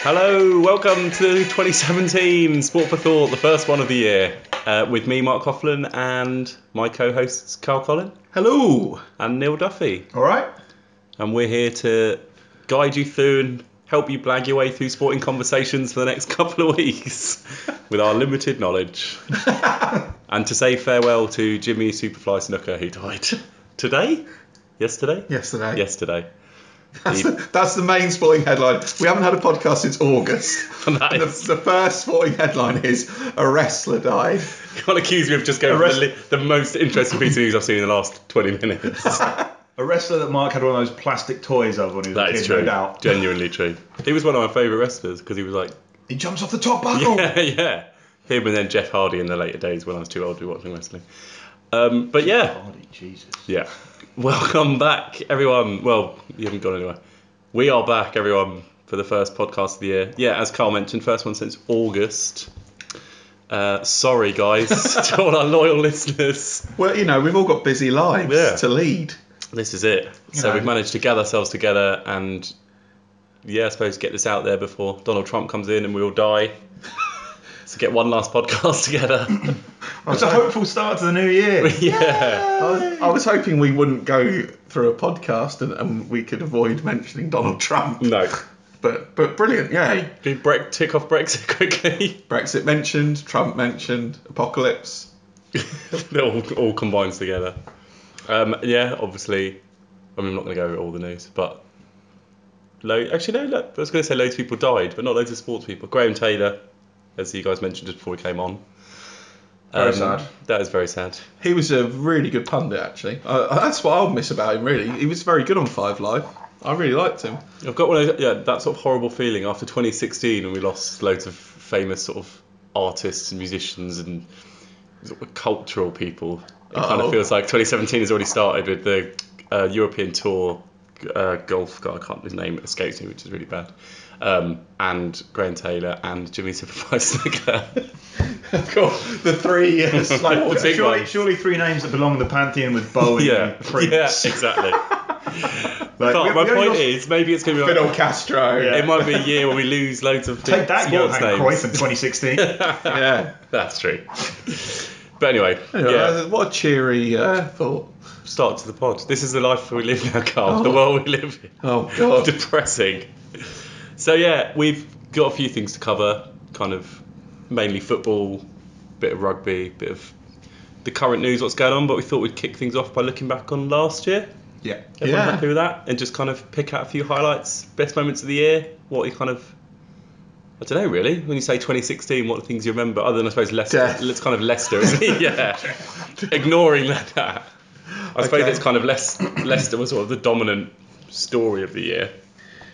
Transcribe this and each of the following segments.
Hello, welcome to 2017 Sport for Thought, the first one of the year, uh, with me, Mark Coughlin, and my co-hosts Carl Collin Hello. and Neil Duffy, All right. and we're here to guide you through and help you blag your way through sporting conversations for the next couple of weeks with our limited knowledge, and to say farewell to Jimmy Superfly Snooker, who died today, yesterday, Yesterday. yesterday. That's the, that's the main sporting headline. We haven't had a podcast since August. And that And the, is- the first sporting headline is a wrestler died. Can't accuse me of just going for Arrest- the, li- the most interesting piece of news I've seen in the last 20 minutes. A wrestler that Mark had one of those plastic toys of when he was That a kid, is true. no doubt. Genuinely true. He was one of my favourite wrestlers because he was like, He jumps off the top buckle. yeah, yeah. Him and then Jeff Hardy in the later days when I was too old to be watching wrestling. Um, but yeah, Bloody Jesus. yeah. Welcome back, everyone. Well, you haven't gone anywhere. We are back, everyone, for the first podcast of the year. Yeah, as Carl mentioned, first one since August. Uh, sorry, guys, to all our loyal listeners. Well, you know, we've all got busy lives Yeah. to lead. this is it. so know. we've managed to gather ourselves together and yeah, I suppose get this out there before Donald Trump comes in and we all die. so get one last podcast together. It's a hopeful start to the new year. yeah. I was, I was hoping we wouldn't go through a podcast and, and we could avoid mentioning Donald Trump. No. But but brilliant, yay. Do Bre- tick off Brexit quickly. Brexit mentioned, Trump mentioned, apocalypse. it all, all combines together. Um, yeah, obviously. I mean, I'm not going to go over all the news, but. Lo- Actually, no, look, I was going to say loads of people died, but not loads of sports people. Graham Taylor, as you guys mentioned just before we came on. Um, Very sad. That is very sad. He was a really good pundit, actually. Uh, that's what I'll miss about him, really. He was very good on Five Live. I really liked him. I've got one of those, yeah, that sort of horrible feeling after 2016 when we lost loads of famous sort of artists and musicians and sort of cultural people. It kind Uh-oh. of feels like 2017 has already started with the uh, European tour uh, golf guy, I can't, his name escapes me, which is really bad. Um, and Graham Taylor and Jimmy Superfly Snooker. the three years. Like, Like, what's it- Big surely, ones. surely three names that belong in the pantheon with Bowie yeah, and Prince. yeah, exactly. Like, but we- my we only point lost- is, maybe it's going to be like, Fidel Castro. Yeah. it might be a year where we lose loads of Take that, sports Johan names. Cruyff in 2016. Yeah. That's true. But anyway, Anyway, yeah, What a cheery uh, thought. start to the pod. This is the life we live now, Carl. The world we live in. Oh, God. Depressing. So yeah, we've got a few things to cover. Kind of mainly football, bit of rugby, bit of the current news, what's going on. But we thought we'd kick things off by looking back on last year. yeah. Everyone Yeah. happy with that? And just kind of pick out a few highlights, best moments of the year. What you kind of, I don't know really. When you say 2016, what are the things you remember? Other than I suppose Leicester. Death. It's kind of Leicester, isn't it? yeah. Ignoring that, I suppose Okay. it's kind of less. Leicester was sort of the dominant story of the year.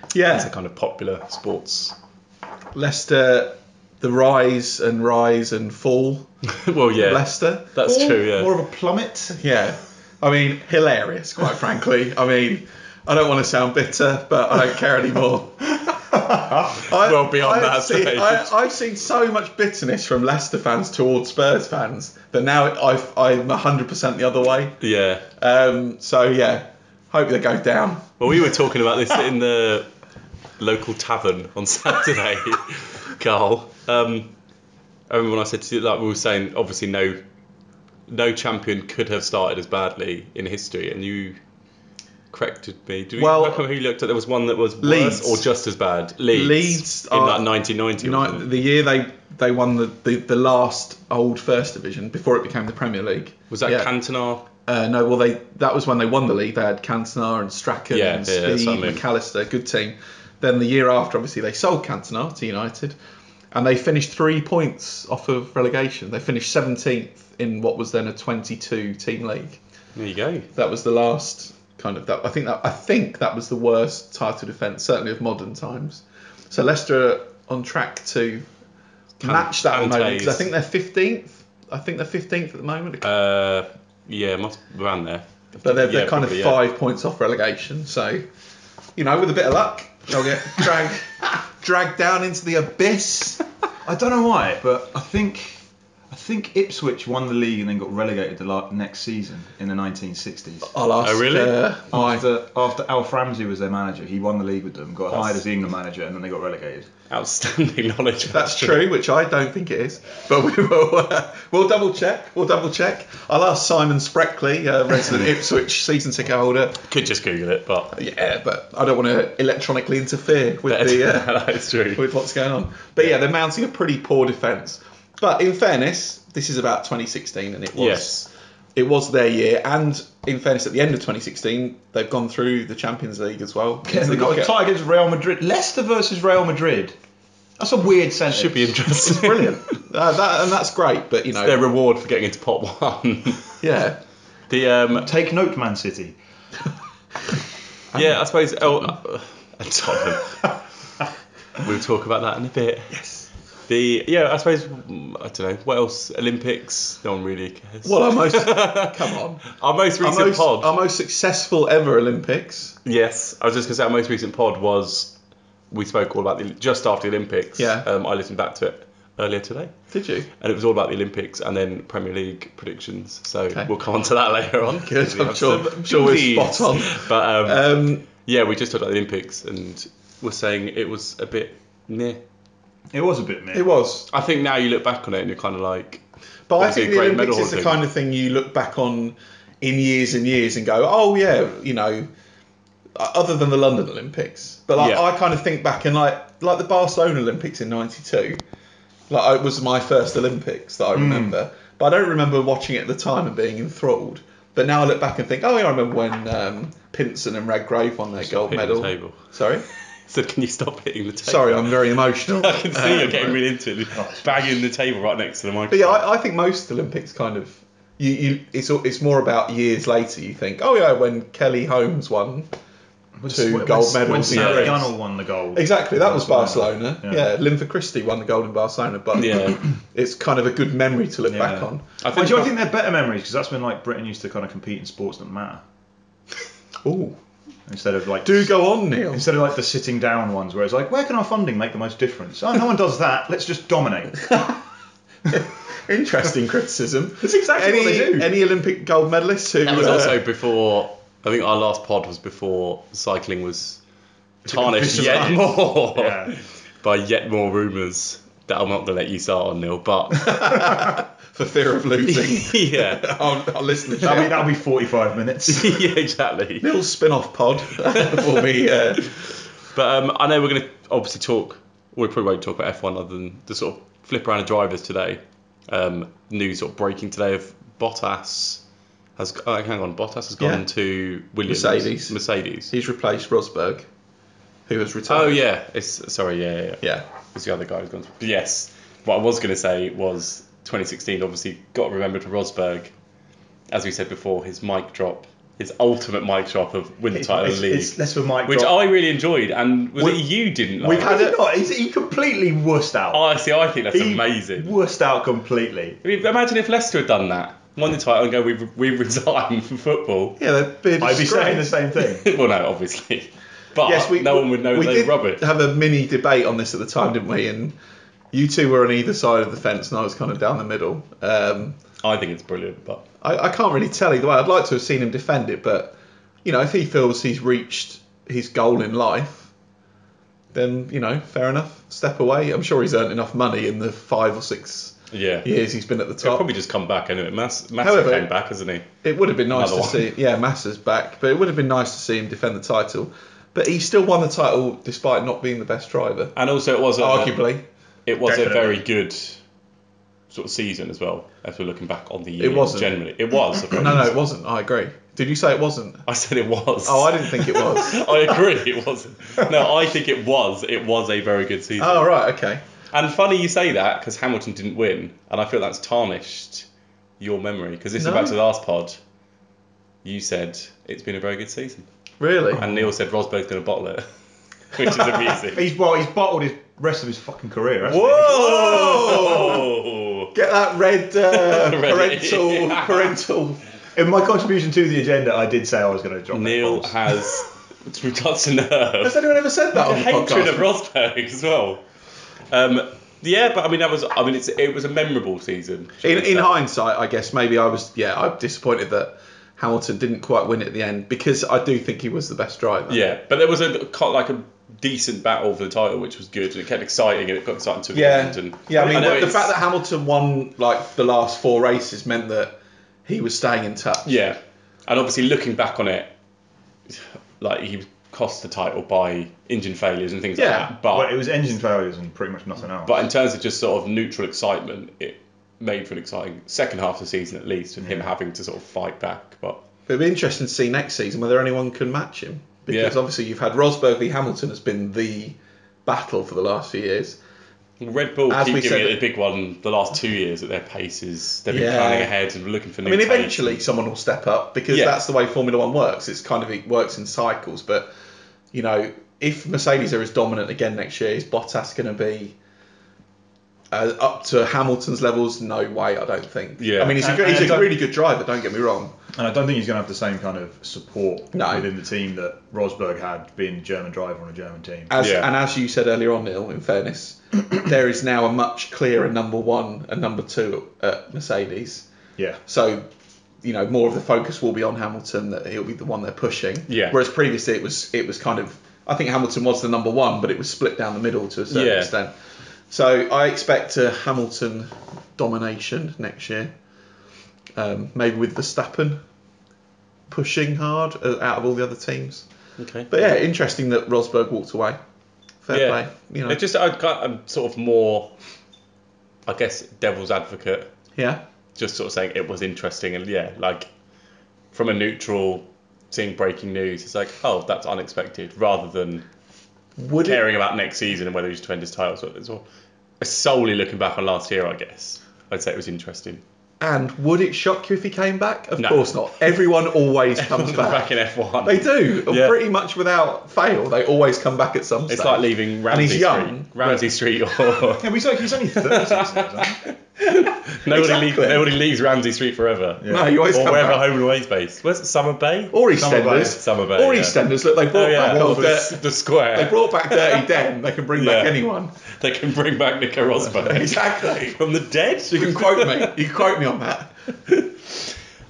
It's a Yeah. kind of popular sports. Leicester, the rise and rise and fall. well, yeah. Leicester. That's true. Yeah. More of a plummet. Yeah. I mean, hilarious, quite frankly. I mean, I don't want to sound bitter, but I don't care anymore. I, Well, beyond I've that, seen, Dave. I, have seen so much bitterness from Leicester fans towards Spurs fans that now I've, I'm 100% the other way. yeah. Um, so, yeah, hope they go down. Well, we were talking about this in the local tavern on Saturday, Carl. Um, I remember when I said to you, like we were saying, obviously no, no champion could have started as badly in history, and you corrected me. Did we, Well- well, how come who looked at there was one that was Leeds. worse or just as bad? Leeds. Leeds in are- like 1990. United, wasn't the year they, they won the, the, the last old First Division before it became the Premier League. it? Was that yeah. Cantona? Uh, no, well, they that was when they won the league. They had Cantona and Strachan Yeah, and yeah, that's Speed, what I mean. McAllister, good team. Then the year after, obviously, they sold Cantona to United, and they finished three points off of relegation. They finished 17th in what was then a 22-team league. There you go. That was the last kind of that. I think that I think that was the worst title defence, certainly of modern times. So Leicester are on track to match that at the moment because I Kante's- think they're 15th. I think they're 15th at the moment. Uh, yeah, must around there. But they're, they're Yeah, kind of probably, yeah. five points off relegation, so you know, with a bit of luck, they'll get dragged dragged down into the abyss. I don't know why, but I think I think Ipswich won the league and then got relegated the la- next season in the 1960s. I'll ask. Oh, really? Uh, my- After after Alf Ramsey was their manager, he won the league with them, got That's- hired as the England manager, and then they got relegated. Outstanding knowledge. That's true, which I don't think it is, but we will. Uh, we'll double check. We'll double check. I'll ask Simon Spreckley, uh, resident Ipswich season ticket holder. Could just Google it, but Yeah, but I don't want to electronically interfere with the uh, that is true. with what's going on. But yeah, they're mounting a pretty poor defence. But in fairness, this is about 2016, and it was Yes. it was their year. And in fairness, at the end of 2016, they've gone through the Champions League as well. Yeah, they got a tie against Real Madrid. Leicester versus Real Madrid. That's a weird sentence. Should be interesting. Brilliant, uh, that, and that's great. But you know, Their reward for getting into pot one. yeah, the um, Take note, Man City. yeah, I suppose. Oh, uh, and Tottenham. we'll talk about that in a bit. Yes. The yeah, I suppose mm, I don't know what else. Olympics. No one really cares. Well, our most come on, our most our recent most, pod. our most successful ever Olympics. yes, I was just gonna say our most recent pod was we spoke all about the just after the Olympics. Yeah. Um, I listened back to it earlier today. Did you? and it was all about the Olympics and then Premier League predictions. So Okay. we'll come on to that later on. Good, I'm Have sure- some I'm sure we're teas. spot on. But um, Um, yeah, we just talked about the Olympics and we're saying it was a bit near. It was a bit meh. it was, I think now you look back on it and you're kind of like, but I Obviously a think the great Olympics medal is the thing. kind of thing you look back on in years and years and go, oh yeah, you know, other than the London Olympics. But like, Yeah. I kind of think back and like like the Barcelona Olympics in '92, like it was my first Olympics that I Hmm. remember. But I don't remember watching it at the time and being enthralled. But now I look back and think, oh yeah, I remember when um, Pinson and Redgrave won their gold hitting the medal. table. Sorry. so can you stop hitting the table? Sorry, I'm very emotional. I can see you're getting really into it, banging the table right next to the But microphone. yeah, I, I think most Olympics kind of you, you it's all- it's more about years later. You think, oh yeah, when Kelly Holmes won, two when, gold when, medals in Sarah Paris. Gunnell won the gold. exactly that was Barcelona. Barcelona. Yeah, Linford Christie won the gold in Barcelona, but Yeah. it's kind of a good memory to look back Yeah. on. I Well, think, do you, I think they're better memories because that's when like Britain used to kind of compete in sports that matter Ooh, instead of like do go on, Neil. instead of like the sitting down ones where it's like where can our funding make the most difference? Oh, no one does that. Let's just dominate. Interesting criticism. That's exactly any, what they do. Any Olympic gold medalists who That was uh, also before. I think our last pod was before cycling was tarnished Official yet tarnished. more Yeah. by yet more rumours that I'm not going to let you start on, Neil. But for fear of losing yeah, our, our listenership. That'll be, that'll be 45 minutes. yeah, exactly. Neil's spin-off pod will be uh, But um, I know we're going to obviously talk. We probably won't talk about F1 other than the sort of flip around of drivers today. Um, news sort of breaking today of Bottas has. Oh, hang on, Bottas has gone Yeah. to Williams. Mercedes. Mercedes. he's replaced Rosberg, who has retired. Oh yeah, it's sorry. Yeah, yeah. yeah. yeah. was the other guy who's gone. To, yes, what I was going to say was 2016 obviously got remembered for Rosberg. As we said before, his mic drop, his ultimate mic drop of win the title it's, and league, it's less of a mic which drop. I really enjoyed, and was We- it you didn't like? We've had it. Not. He's, he completely wussed out. Oh, I see. I think that's He amazing. Wussed out completely. I mean, imagine if Leicester had done that, won the title, and go, we we resign from football. Yeah, that'd be a I'd be saying the disgrace. same thing. well, no, obviously, but Yes, we, no one would know we they did were rubbish. have a mini debate on this at the time, didn't we? And you two were on either side of the fence, and I was kind of down the middle. Um, I think it's brilliant, but I, I can't really tell either way. I'd like to have seen him defend it, but you know, if he feels he's reached his goal in life, then you know, fair enough. Step away. I'm sure he's earned enough money in the five or six yeah, years he's been at the he'll top. probably just come back anyway. Mass, Massa However- came back, isn't he? It would have been nice Another to see. Yeah, Massa's back, but it would have been nice to see him defend the title. But he still won the title despite not being the best driver, And also, it was a- arguably. It was Definitely. a very good sort of season as well. If we're looking back on the year, wasn't. generally. It was. No, no, it wasn't. I agree. Did you say it wasn't? I said it was. Oh, I didn't think it was. I agree. It wasn't. No, I think it was. It was a very good season. oh, right, okay. And funny you say that because Hamilton didn't win, and I feel that's tarnished your memory because this No. is back to the last pod. You said it's been a very good season, Really? and Neil said Rosberg's going to bottle it, which is amusing. He's well, he's bottled his rest of his fucking career. hasn't he? Whoa! Get that red uh, Ready. parental parental. In my contribution to the agenda, I did say I was going to drop that Neil bombs. has touched a nerve. Has anyone ever said that on the the hatred podcast? of Rosberg as well. Um, Yeah, but I mean that was I mean it's it was a memorable season. shall In, we in say. hindsight, I guess maybe I was yeah I'm disappointed that Hamilton didn't quite win at the end because I do think he was the best driver. Yeah, but there was a co- like a decent battle for the title, which was good. and It kept exciting and it got exciting to the yeah, end. And yeah. I mean, know the, the it's- fact that Hamilton won like the last four races meant that he was staying in touch. yeah, and obviously looking back on it, like he cost the title by engine failures and things Yeah, like that. But Well, it was engine failures and pretty much nothing else. But in terms of just sort of neutral excitement, it made for an exciting second half of the season at least, and him Mm. having to sort of fight back. But But it'll be interesting to see next season whether anyone can match him. Because Yeah. obviously you've had Rosberg v Hamilton has been the battle for the last few years. Red Bull As keep we giving said- it a big one the last two years at their paces. They've been Yeah. planning ahead and looking for new. I mean, takes. eventually someone will step up because Yeah. that's the way Formula One works. It's kind of it works in cycles. But you know, if Mercedes are as dominant again next year, is Bottas going to be uh, up to Hamilton's levels? No way, I don't think. Yeah. I mean, he's a, And- good, and he's I a don't- really good driver. Don't get me wrong. and I don't think he's going to have the same kind of support No. within the team that Rosberg had being a German driver on a German team. As, Yeah. And as you said earlier on, Neil, in fairness, there is now a much clearer number one and number two at Mercedes. yeah. So, you know, more of the focus will be on Hamilton. That he'll be the one they're pushing. Yeah. Whereas previously it was it was kind of I think Hamilton was the number one, but it was split down the middle to a certain Yeah. extent. So I expect a Hamilton domination next year. Um, maybe with Verstappen pushing hard uh, out of all the other teams. Okay. But yeah, interesting that Rosberg walked away. Fair Yeah. play. You know. It's just I'd, kind- I'm sort of more, I guess, devil's advocate. Yeah. Just sort of saying it was interesting and yeah, like from a neutral seeing breaking news, it's like oh that's unexpected rather than Would it caring about next season and whether he's defend his title. So it's all solely looking back on last year, I guess. I'd say it was interesting. And would it shock you if he came back? Of No. course not. Everyone always comes Back, back. in F1. They do. Yeah. Pretty much without fail, they always come back at some stage. It's like leaving And Ramsey he's young. Street. Ramsey Street or Yeah, but he's, like, he's only 30 seasons, isn't he? nobody, Exactly. leaves, nobody leaves Ramsey Street forever. No, you always Or come wherever back. home and away's based. Where's it, Summer Bay? Or Summer Bay. EastEnders. Summer Bay. Or yeah. EastEnders. Look, they brought Oh yeah, back or old the, dirt. the They square. brought back Dirty Den. They can bring back Yeah. anyone. They can bring back Nico Rosberg Exactly. from the dead. You can quote me. You can quote me on that.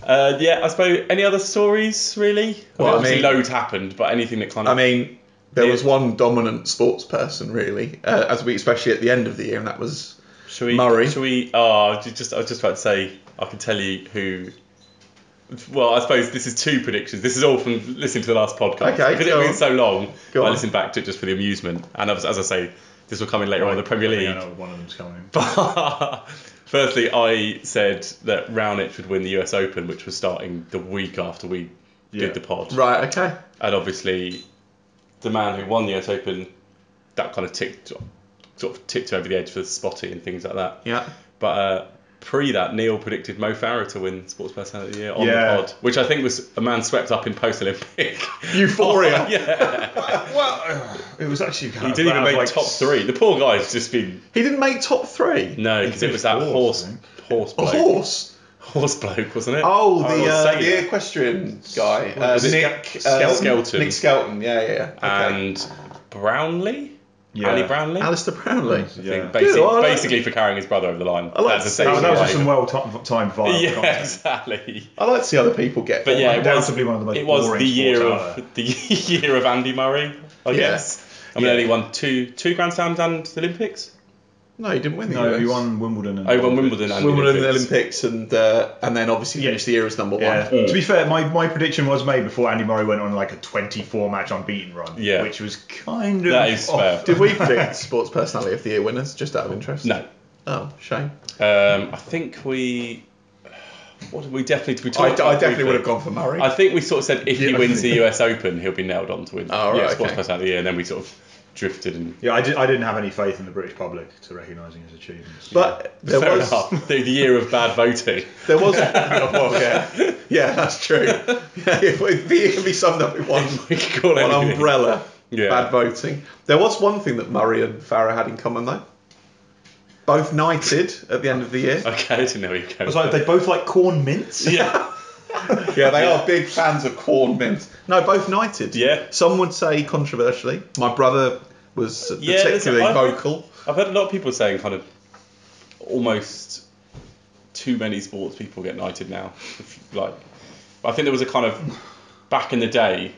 Uh, yeah, I suppose any other stories really? Well, I I mean, obviously mean- loads happened, but anything that kind I of mean, there Yeah. was one dominant sports person, really, uh, as we especially at the end of the year, and that was Should we? Murray. Should we? Oh, ju- just I was just about to say I can tell you who. Well, I suppose this is two predictions. This is all from listening to the last podcast Okay, because it go was on. so long. Go I on. listened back to it just for the amusement, and as, as I say, this will come in later on in the Premier I think I League. know one of them's coming. But firstly, I said that Raonic would win the US Open, which was starting the week after we Yeah. did the pod, right. Okay. and obviously, the man who won the US Open, that kind of ticked sort of tipped over the edge for Spotty and things like that. Yeah. But uh, pre that, Neil predicted Mo Farah to win Sports Personality of the Year on Yeah. the pod, which I think was a man swept up in post Olympic. Euphoria. yeah. Well, it was actually kind He of didn't even round, make like, top three. The poor guy's just been. He didn't make top three. No, because it was that finished horse. fourth, Horse A bloke. horse. Horse bloke, wasn't it? Oh, I the, was uh, saying the that. equestrian guy, What uh, was it? Nick Ske- uh, Skelton. Nick Skelton, yeah, yeah, yeah. Okay. And Brownlee? Yeah. Ali Brownlee? Alistair Brownlee. I think Mm, Yeah. basi- Good, I like- basically for carrying his brother over the line. I like That's to the see Oh, That, was- that was same just some well timed timed violent Yeah, content. exactly. I like to see other people get. But yeah, it was, Undoubtedly one of the most it was boring the year sports of ever. the year of Andy Murray, I Yeah. guess. I mean, Yeah. only won two two Grand Slams and the Olympics. No, he didn't win the No, US. he won Wimbledon. And Oh, he won Wimbledon and Wimbledon, the Olympics. Olympics, and uh, and then obviously Yeah. finished the year as number Yeah. Mm. one. To be fair, my, my prediction was made before Andy Murray went on like a 24 match unbeaten run, Yeah. which was kind of That is off. fair. Did we predict sports personality of the year winners? Just out of interest. No, Oh, shame. um, I think we. What did we definitely? We I, talked I about definitely would have briefly. gone for Murray. I think we sort of said if he Yeah. wins the US Open, he'll be nailed on to win Oh, right, yeah, Sports okay. Person of the Year, and then we sort of drifted and. Yeah, I, did, I didn't have any faith in the British public to recognising his achievements. but there Fair was enough. The, the year of bad voting. there was well, yeah yeah that's true. Yeah, it, would be- it can be summed up in one We could call one anything. umbrella. Yeah. Bad voting. There was one thing that Murray and Farah had in common though. Both knighted at the end of the year. Okay, I didn't know where you were going. It's like uh, they both like corn mints. yeah, Yeah, they are big fans of corn mints. No, both knighted. Yeah. Some would say controversially. My brother was Yeah, there's- particularly I've- vocal. I've heard a lot of people saying kind of almost too many sports people get knighted now. If, like, I think there was a kind of back in the day,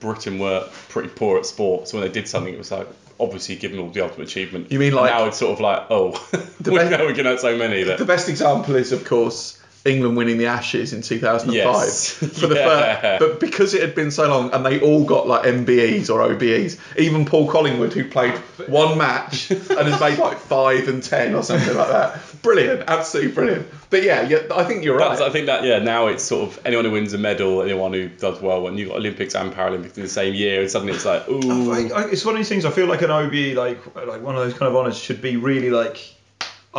Britain were pretty poor at sports. So when they did something, it was like obviously given all the ultimate achievement. You mean And like- now it's sort of like oh, we best- know we can out so many that The best example is, of course, England winning the Ashes in 2005 Yes. for the Yeah. first, but because it had been so long and they all got like MBEs or OBEs, even Paul Collingwood who played one match and has made like five and ten or something like that. Brilliant, absolutely brilliant. But yeah, yeah I think you're right. That's, I think that yeah, now it's sort of anyone who wins a medal, anyone who does well, and you've got Olympics and Paralympics in the same year, and suddenly it's like Oh ooh, I, I, it's one of these things. I feel like an OB, like like one of those kind of honours, should be really like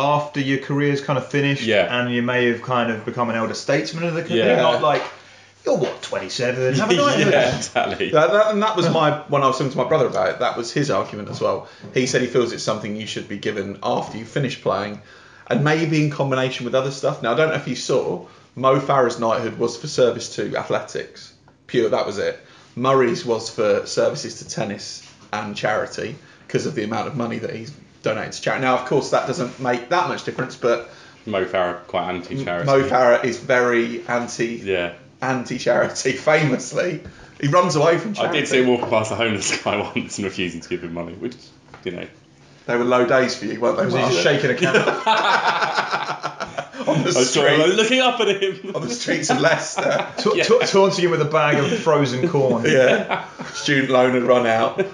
after your career's kind of finished, Yeah. and you may have kind of become an elder statesman of the country, Yeah. not like you're what 27. Have a night of yeah, it. exactly. That, that- and that was my when I was talking to my brother about it. That was his argument as well. He said he feels it's something you should be given after you finish playing, and maybe in combination with other stuff. Now I don't know if you saw Mo Farah's knighthood was for service to athletics, pure. That was it. Murray's was for services to tennis and charity because of the amount of money that he's donated to charity. Now of course that doesn't make that much difference, but Mo Farah quite anti-charity. Mo Farah is very anti Yeah. anti charity. Famously, he runs away from I charity. did see him walking past a homeless guy once and refusing to give him money, which, you know, They were low days for you, weren't they? So you're Mark? just shaking a camera. on I the was sort of street, like looking up at him. on the streets of Leicester. Ta- Yeah. ta- Taunting him with a bag of frozen corn. yeah, student loan had run out.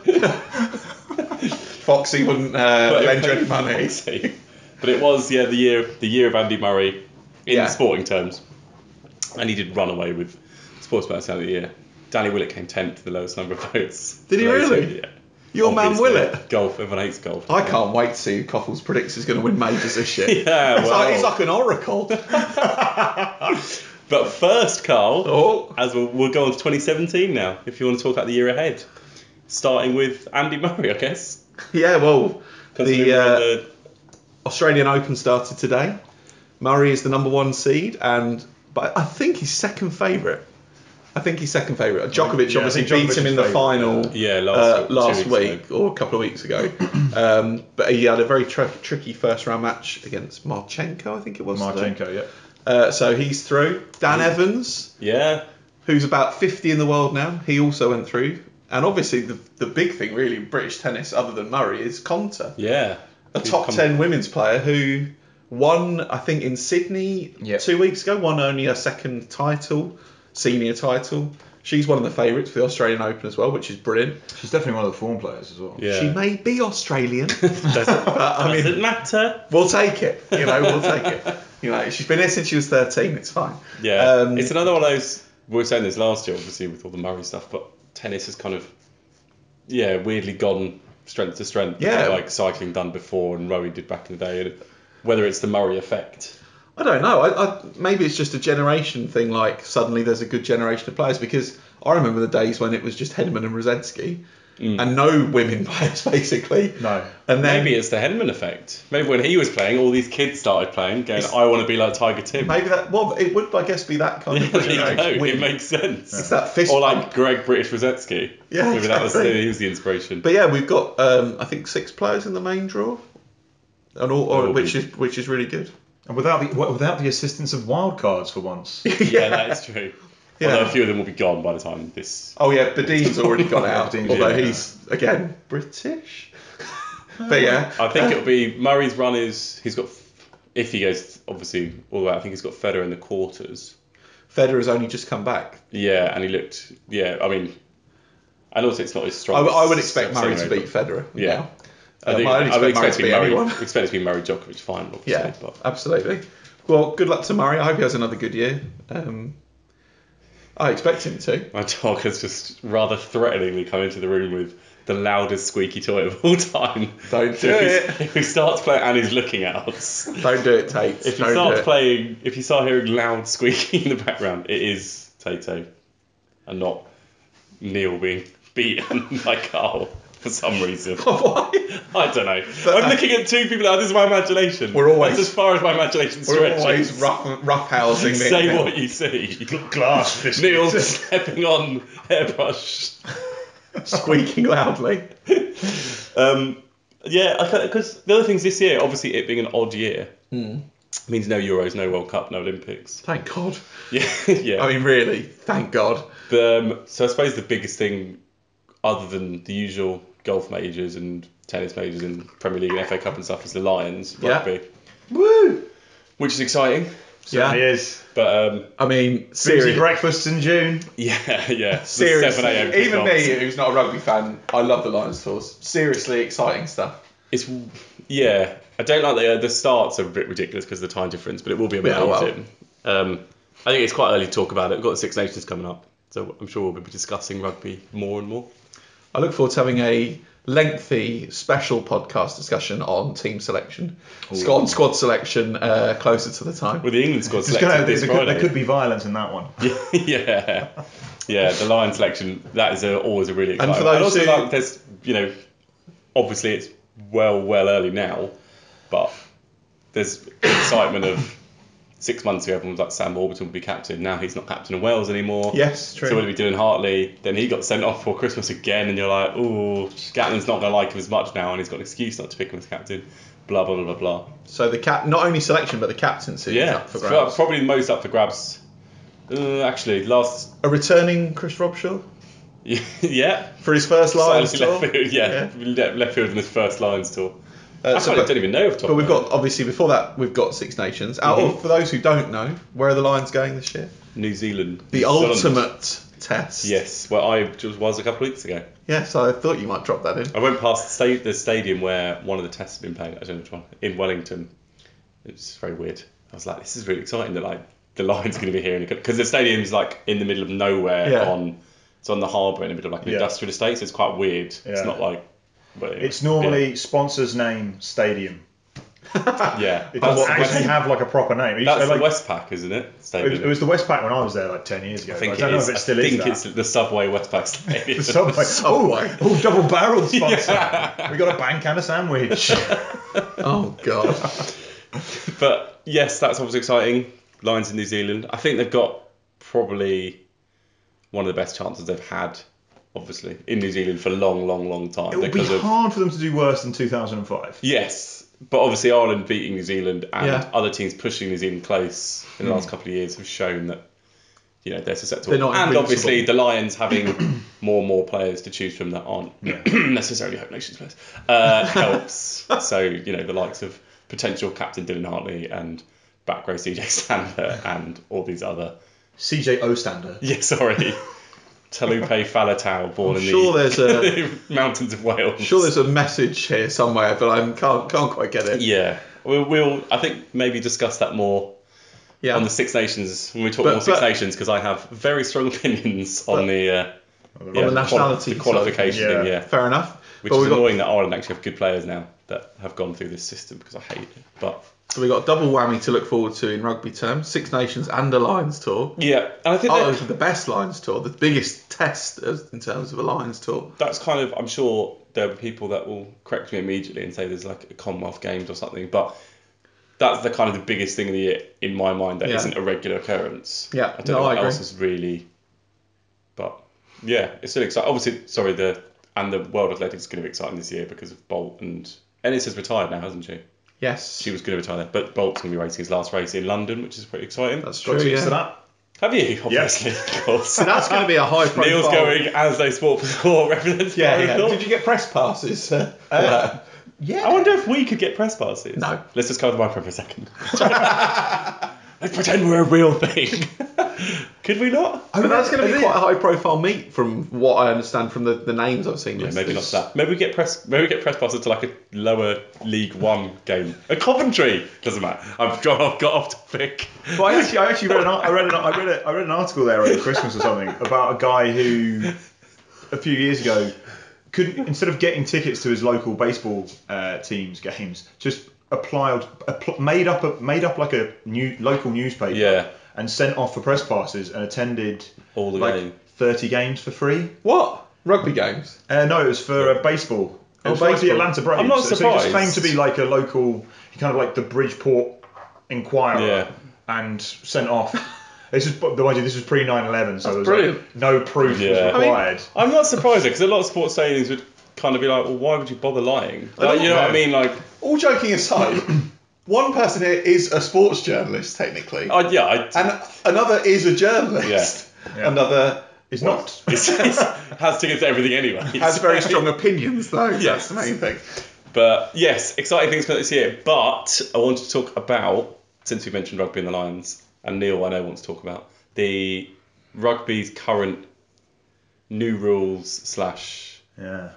Foxy wouldn't uh, But- lend you any money. but it was yeah the year the year of Andy Murray in Yeah. sporting terms, and he did run away with Sports Person of the Year. Danny Willett came tenth, the lowest number of votes. Did he For those who- really? Yeah. Your man Obviously, Willett. Golf. Everyone hates golf. I can't wait to see who Coffles predicts is going to win majors this year. Yeah, It's well. like- he's like an oracle. But first, Carl, Oh, as we'll, we'll go on to 2017 now. If you want to talk about the year ahead, starting with Andy Murray, I guess. yeah. Well, Considering the we're on uh, Australian Open started today. Murray is the number one seed, and but I think he's second favourite. I think he's second favourite. Djokovic Yeah, I obviously think beat Djokovic him is in the favourite. final. Yeah, uh, last last week, two week weeks or a couple of weeks ago. um, but he had a very tr- tricky first round match against Marchenko, I think it was. today. Marchenko, yeah. Uh, so he's through. Dan Evans, Yeah, who's about 50 in the world now, he also went through. And obviously, the, the big thing really in British tennis, other than Murray, is Conter, yeah. a He's top come- 10 women's player who won, I think, in Sydney Yep. two weeks ago, won only a second title, senior title. She's one of the favourites for the Australian Open as well, which is brilliant. She's definitely one of the form players as well. Yeah. She may be Australian. doesn't, I mean- doesn't matter. We'll take it. You know, we'll take it. You know, she's been here since she was 13. It's fine. Yeah, Um, it's another one of those. We were saying this last year, obviously, with all the Murray stuff, but tennis has kind of, yeah, weirdly gone strength to strength. Yeah. like cycling done before and rowing did back in the day. And whether it's the Murray effect, I don't know. I, I, maybe it's just a generation thing. Like suddenly there's a good generation of players because I remember the days when it was just Hedman and Rosensky and no women players basically. No. And then Mm. maybe it's the Henman effect. Maybe when he was playing, all these kids started playing, going, "I want to be like Tiger Tim." maybe that. Well, it would I guess be that kind of. There you generation. go, We- It makes sense. it's that fist. Or bump. like Greg British Rosetsky. Yeah, maybe that was exactly. he was the inspiration. But yeah, we've got um, I think six players in the main draw, and all, or, Will which be. is which is really good. And without the w- without the assistance of wild cards for once. yeah, that is true. Yeah. Although a few of them will be gone by the time this. Oh yeah, Badin's already gone out, Badin's although already he's again British. but yeah, I think it'll be Murray's run is he's got if he goes obviously all the way. I think he's got Federer in the quarters. Federer's only just come back. Yeah, and he looked. Yeah, I mean, and also it's not his I, strong. I would expect Murray to scenario, beat Federer. Yeah. now. but I, Uh, think, I would I would expect Murray expect it to to be beat Murray. anyone. Expect it to be Murray Djokovic final. Obviously, Yeah, but absolutely. Well, good luck to Murray. I hope he has another good year. Um, I expect him to. my dog has just rather threateningly come into the room with the loudest squeaky toy of all time. Don't do if it. he- If he starts playing, and he's looking at us. Don't do it, Tate. If you Don't start do it. playing, if you start hearing loud squeaking in the background, it is Tato, and not Neil being beaten by Carl for some reason. Why? I don't know. I'm looking at two people. This is my imagination. uh, We're always- That's as far as my imagination We're stretches. always rough, roughhousing. the Say internet. what you see. Glass Neil stepping on hairbrush. Squeaking loudly. Um, yeah, because the other things this year, obviously it being an odd year, means no Euros, no World Cup, no Olympics. Thank God. Yeah, yeah. I mean, really, thank God. Um, so I suppose the biggest thing, other than the usual golf majors and tennis majors and Premier League and FA Cup and stuff, is the Lions Yeah. rugby, Woo! which is exciting. Yeah. He yeah. is. But um, I mean, Busy seriously. breakfasts in June. yeah, yeah, the 7 a.m. Seriously, even kickoffs. me, who's not a rugby fan, I love the Lions tours. Seriously exciting stuff. It's yeah. I don't like the uh, the starts are a bit ridiculous because of the time difference, but it will be Yeah, well. amazing. um, I think it's quite early to talk about it. We've got the Six Nations coming up, so I'm sure we'll be discussing rugby more and more. I look forward to having a lengthy special podcast discussion on team selection, squad squad selection uh, closer to the time. With the England squad Just selected gonna, there, this could, there Friday. could be violence in that one. yeah, yeah. The Lion selection that is a, always a really for exciting. And, those also who- like there's you know, obviously it's well well early now, but there's excitement of six months ago everyone was like Sam Warburton would be captain. Now he's not captain of Wales anymore. Yes, true. So what did we do in Hartley? Then he got sent off for Christmas again, and you're like, oh, Gatlin's not gonna like him as much now, and he's got an excuse not to pick him as captain. Blah blah blah blah blah. So the cap, not only selection but the captaincy is Yeah, up for it's grabs. probably the most up for grabs. Uh, actually, last A returning Chris Robshaw yeah, for his first Lions Slightly tour. left field, yeah, Left, left field in his first Lions tour. Uh, I so- can't- but, don't even know if top. but we've got obviously before that we've got Six Nations. Out of- Mhm. for those who don't know, where are the Lions going this year? New Zealand. The New Zealand. ultimate test. Yes, where I just was a couple of weeks ago. Yes, I thought you might drop that in. I went past the, sta- the stadium where one of the tests had been played. I don't know which one in Wellington. It was very weird. I was like, this is really exciting. That like the Lions going to be here because the stadium's like in the middle of nowhere. Yeah. On it's on the harbour in the middle of like an Yeah. industrial estate. So it's quite weird. Yeah. It's not like. But anyway, It's normally sponsor's name stadium. yeah. yeah. That's, It doesn't the actually West- have like a proper name. It used to that's be, like- the Westpac, isn't it? it Stadium. was, it was the Westpac when I was there like 10 years ago. I but think don't it know is. if it still I is. think that. it's the Subway Westpac Stadium. The Subway. Subway. Oh, oh, double barreled sponsor. Yeah. We got a bank and a sandwich. Oh God. But yes, that's obviously exciting. Lions in New Zealand. I think they've got probably one of the best chances they've had, obviously, in New Zealand for a long, long, long time. it would be because of- hard for them to do worse than 2005. Yes, but obviously Ireland beating New Zealand and Yeah. Hmm. other teams pushing New Zealand close in the last couple of years have shown that you know they're susceptible. They're not and invincible. obviously the Lions having more and more players to choose from that aren't necessarily Hope Nations players uh, helps. so you know the likes of potential captain Dylan Hartley and back row CJ Stander and all these other CJ Ostander. yeah sorry Talupe Falatau born I'm in sure the there's a mountains of Wales. sure there's a message here somewhere, but I can't can't quite get it. Yeah, we'll, we'll I think maybe discuss that more Yeah. on the Six Nations when we talk But- more Six but- Nations because I have very strong opinions But- on the uh, yeah, the quali- nationality the qualification, side of thing, things. yeah. Fair enough. Which but is we've got, annoying that Ireland actually have good players now that have gone through this system because I hate it. But so we've got a double whammy to look forward to in rugby terms: Six Nations and a Lions tour. yeah, and I think Oh, that- the best Lions tour, the biggest test as- in terms of a Lions tour. that's kind of I'm sure there are people that will correct me immediately and say there's like a Commonwealth Games or something, but. That's the kind of the biggest thing of the year in my mind that Yeah. not a regular occurrence. Yeah, I don't no, know I what agree. else is really, but yeah, it's still exciting. Obviously, sorry, the and the world athletics is going to be exciting this year because of Bolt and Ennis has retired now, hasn't she? Yes, She was going to retire then, but Bolt's going to be racing his last race in London, which is pretty exciting. that's true. Got tickets to yeah. that? Have you? Obviously, of course. So that's going to be a high profile. Neil's going as they sport for sport representative. Yeah, yeah. Arundel. Did you get press passes? Uh, Yeah. I wonder if we could get press passes. No. Let's just cover the microphone for a second. Let's pretend we're a real thing. could we not? but that's going to be quite a high profile meet, from what I understand from the, the names I've seen. Yeah, maybe not listed. that. Maybe we get press. Maybe we get press passes to like a lower League One game. A Coventry doesn't matter. I've got, I've got off topic. Well, I actually, I actually read an, ar- I read an, I read a, I read an article there over Christmas or something about a guy who a few years ago could instead of getting tickets to his local baseball uh, teams games, just applied, apl- made up a, made up like a new local newspaper Yeah. and sent off for press passes and attended All the like game. 30 games for free. What rugby games? Uh, no, it was for uh, baseball. It Oh, was like the baseball. Atlanta Braves. I'm not So- so he just surprised. claimed to be like a local, kind of like the Bridgeport Inquirer, Yeah. and sent off. This is, but mind you, this was pre 9/11, so there was brilliant. like no proof Yeah. I was mean, required. I'm not surprised because a lot of sports stadiums would kind of be like, well, why would you bother lying? I don't Like, you know what I know. mean? Like, All joking aside, one person here is a sports journalist technically, I, Oh, yeah, I, and another is a journalist. Yeah. Another It's not. it's, it's, has tickets to everything anyway. has very strong opinions though. Yes. That's the main thing. But yes, exciting things for this year. But I wanted to talk about, since we mentioned rugby and the Lions, and Neil I know wants to talk about, the rugby's current new rules slash Yeah.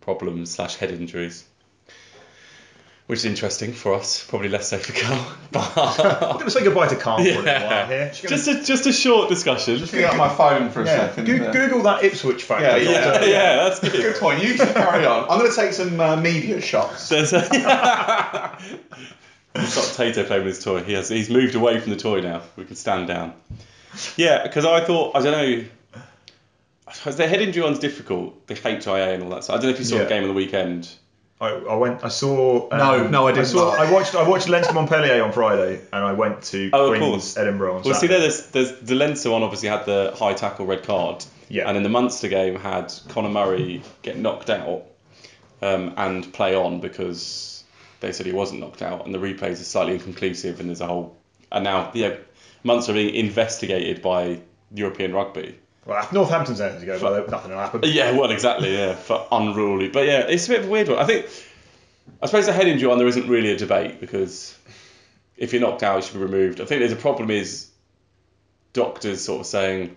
problems slash head injuries. Which is interesting for us, probably less so for Carl. I'm But going to say goodbye to Carl for a little while yeah, here. just a just a short discussion. Get out my phone for a yeah. second. Goo- uh, Google that Ipswich fact. Yeah, yeah, yeah. yeah, that's good. Good point. You can carry on. I'm going to take some uh, media shots. There's a- He's got Tato playing with his toy. He has. He's moved away from the toy now. We can stand down. Yeah, because I thought I don't know. The head injury one's difficult. The HIA and all that. stuff. I don't know if you saw Yeah. the game of the weekend. I, I went. I saw. um, No, no, I didn't. saw, I watched. I watched Lens Montpellier on Friday, and I went to Oh, of Queens, course. Edinburgh. On Well, see, Saturday. there, there's, there's the Leinster one obviously had the high tackle red card. Yeah. And in the Munster game, had Conor Murray get knocked out um, and play on because they said he wasn't knocked out, and the replays are slightly inconclusive, and there's a whole. And now, yeah, Munster are being investigated by European Rugby. Well, Northampton's there to go. Well, nothing will happen. Yeah, well, exactly, yeah, for unruly. But yeah, it's a bit of a weird one. I think, I suppose the head injury one, there isn't really a debate because if you're knocked out, you should be removed. I think there's a problem is doctors sort of saying,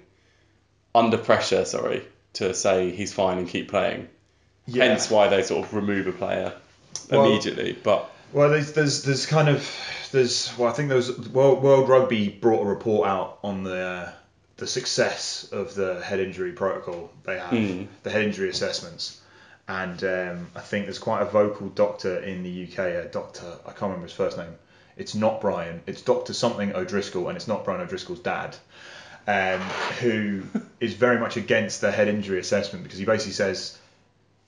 under pressure, sorry, to say he's fine and keep playing. Yeah. Hence why they sort of remove a player Well- immediately. But Well, there's there's there's kind of there's well, I think there's World, World Rugby brought a report out on the uh, the success of the head injury protocol they have, Hmm. the head injury assessments, and um, I think there's quite a vocal doctor in the UK, a doctor I can't remember his first name. It's not Brian. It's Doctor something O'Driscoll, and it's not Brian O'Driscoll's dad, um, who is very much against the head injury assessment because he basically says.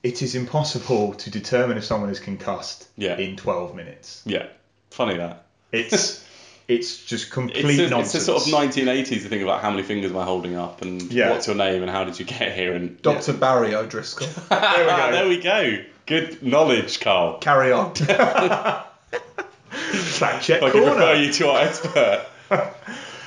It is impossible to determine if someone is concussed Yeah. in 12 minutes. yeah, funny that. It's it's just complete It's a, nonsense. it's a sort of 1980s thing about how many fingers am I holding up and Yeah. what's your name and how did you get here and Dr. Barry O'Driscoll. there, we go. there we go. Good knowledge, Carl. Carry on. fact check I can refer corner. you to our expert.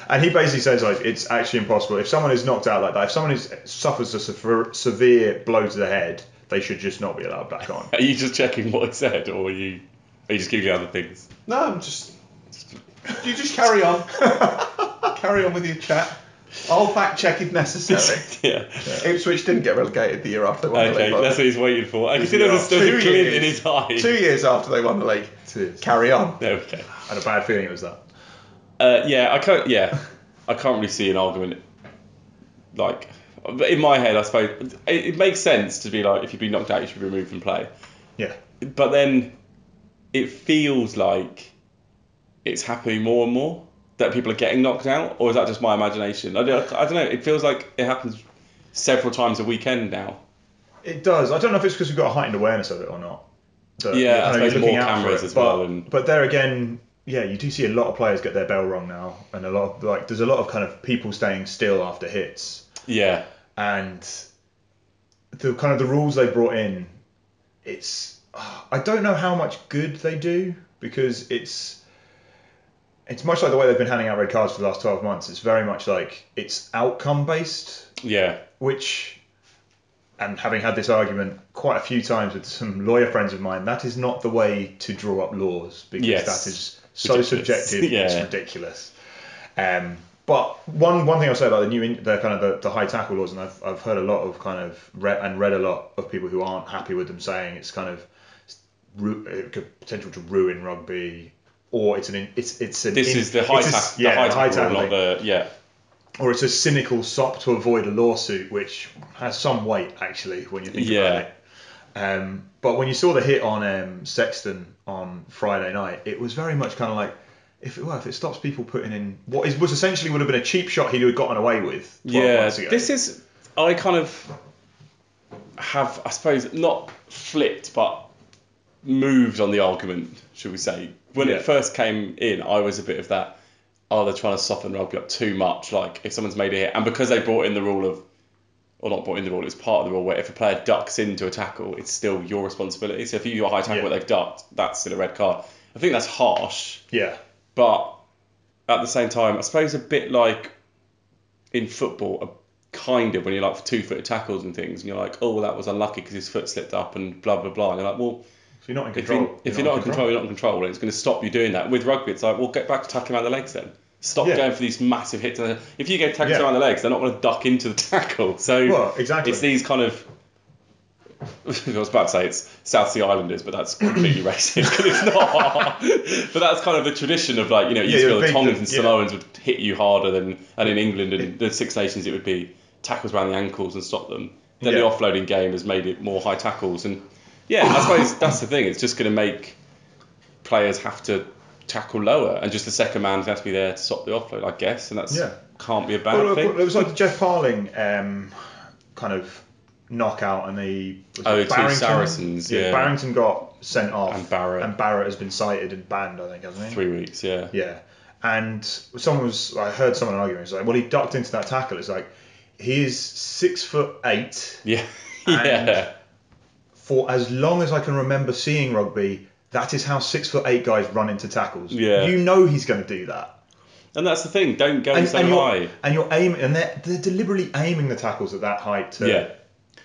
And he basically says like it's actually impossible. If someone is knocked out like that, if someone is, suffers a sever- severe blow to the head, they should just not be allowed back on. Are you just checking what I said, or are you are you just googling other things? No, I'm just. You just carry on. carry on with your chat. I'll fact check if necessary. yeah. Ipswich didn't get relegated the year after they won the Okay, league. that's what he's waiting for. I can see there's a, Two there's a glint years. in his eye. Two years after they won the league. Cheers. Carry on. There we go. I had a bad feeling it was that. Uh, yeah, I can't. Yeah, I can't really see an argument. Like, but in my head, I suppose it, it makes sense to be like, if you've been knocked out, you should be removed from play. Yeah. But then, it feels like it's happening more and more that people are getting knocked out, or is that just my imagination? I don't, I don't know. It feels like it happens several times a weekend now. It does. I don't know if it's because we've got a heightened awareness of it or not. That Yeah, you're I kind of suppose looking more out for cameras it. as but, well and- But there again, yeah, you do see a lot of players get their bell wrong now, and a lot of like there's a lot of kind of people staying still after hits. Yeah. and the kind of the rules they brought in, it's I don't know how much good they do because it's it's much like the way they've been handing out red cards for the last twelve months. It's very much like it's outcome based, Yeah, which and having had this argument quite a few times with some lawyer friends of mine, that is not the way to draw up laws because Yes. that is so Ridiculous. subjective. It's Yeah. ridiculous. Um, but one one thing I'll say about the new in- the kind of the, the high tackle laws, and I've, I've heard a lot of kind of read and read a lot of people who aren't happy with them saying it's kind of ru- it could potential to ruin rugby, or it's an in- it's it's an this in- is the high it's a- tackle. yeah, the high tackle tackle, not thing the yeah. or it's a cynical sop to avoid a lawsuit, which has some weight actually when you think Yeah. about it. Um, but when you saw the hit on um, Sexton on Friday night, it was very much kind of like, if it, well, if it stops people putting in what is was essentially would have been a cheap shot he'd have gotten away with. 12 Yeah, months ago. this is I kind of have I suppose not flipped but moved on the argument, should we say? When Yeah. it first came in, I was a bit of that. Oh, they're trying to soften rugby up too much. Like if someone's made a hit, and because they brought in the rule of or not brought in the rule, it's part of the rule where if a player ducks into a tackle, it's still your responsibility. So if you do a high tackle Yeah. where they've ducked, that's still a red card. I think that's harsh, Yeah. but at the same time, I suppose a bit like in football, a kind of when you're like for two footed tackles and things, and you're like, oh, well, that was unlucky because his foot slipped up and blah blah blah. And you're like, well, If you're not in if, control, you, if you're not in control, you're not in control, and it's going to stop you doing that. With rugby, it's like, well, get back to tackling around the legs then. Stop Yeah. going for these massive hits. If you go tackling Yeah. around the legs, they're not going to duck into the tackle. So Well, exactly. it's these kind of. I was about to say it's South Sea Islanders, but that's completely racist 'cause it's not. but that's kind of the tradition of like you know you Yeah, used to you'd feel the think Tongans that- and yeah. Samoans would hit you harder than and in England and the Six Nations it would be tackles around the ankles and stop them. Then the Yeah. offloading game has made it more high tackles and yeah, I suppose that's the thing. It's just going to make players have to tackle lower and just the second man's going to have to be there to stop the offload, I guess, and that's Yeah. can't be a bad Well, look, thing. It was like the Jeff Parling um, kind of knockout, and the was it Oh, two Saracens, yeah. Barrington got sent off, And Barrett. and Barrett has been cited and banned, I think, hasn't he? Three weeks, yeah. Yeah, and someone was I heard someone arguing. It's like, well, he ducked into that tackle. It's like he is six foot eight. Yeah. And- yeah. For as long as I can remember seeing rugby, that is how six foot eight guys run into tackles. Yeah. you know he's going to do that. And that's the thing, don't go And, so and high. you're, and you're aiming, and they're, they're deliberately aiming the tackles at that height to, Yeah.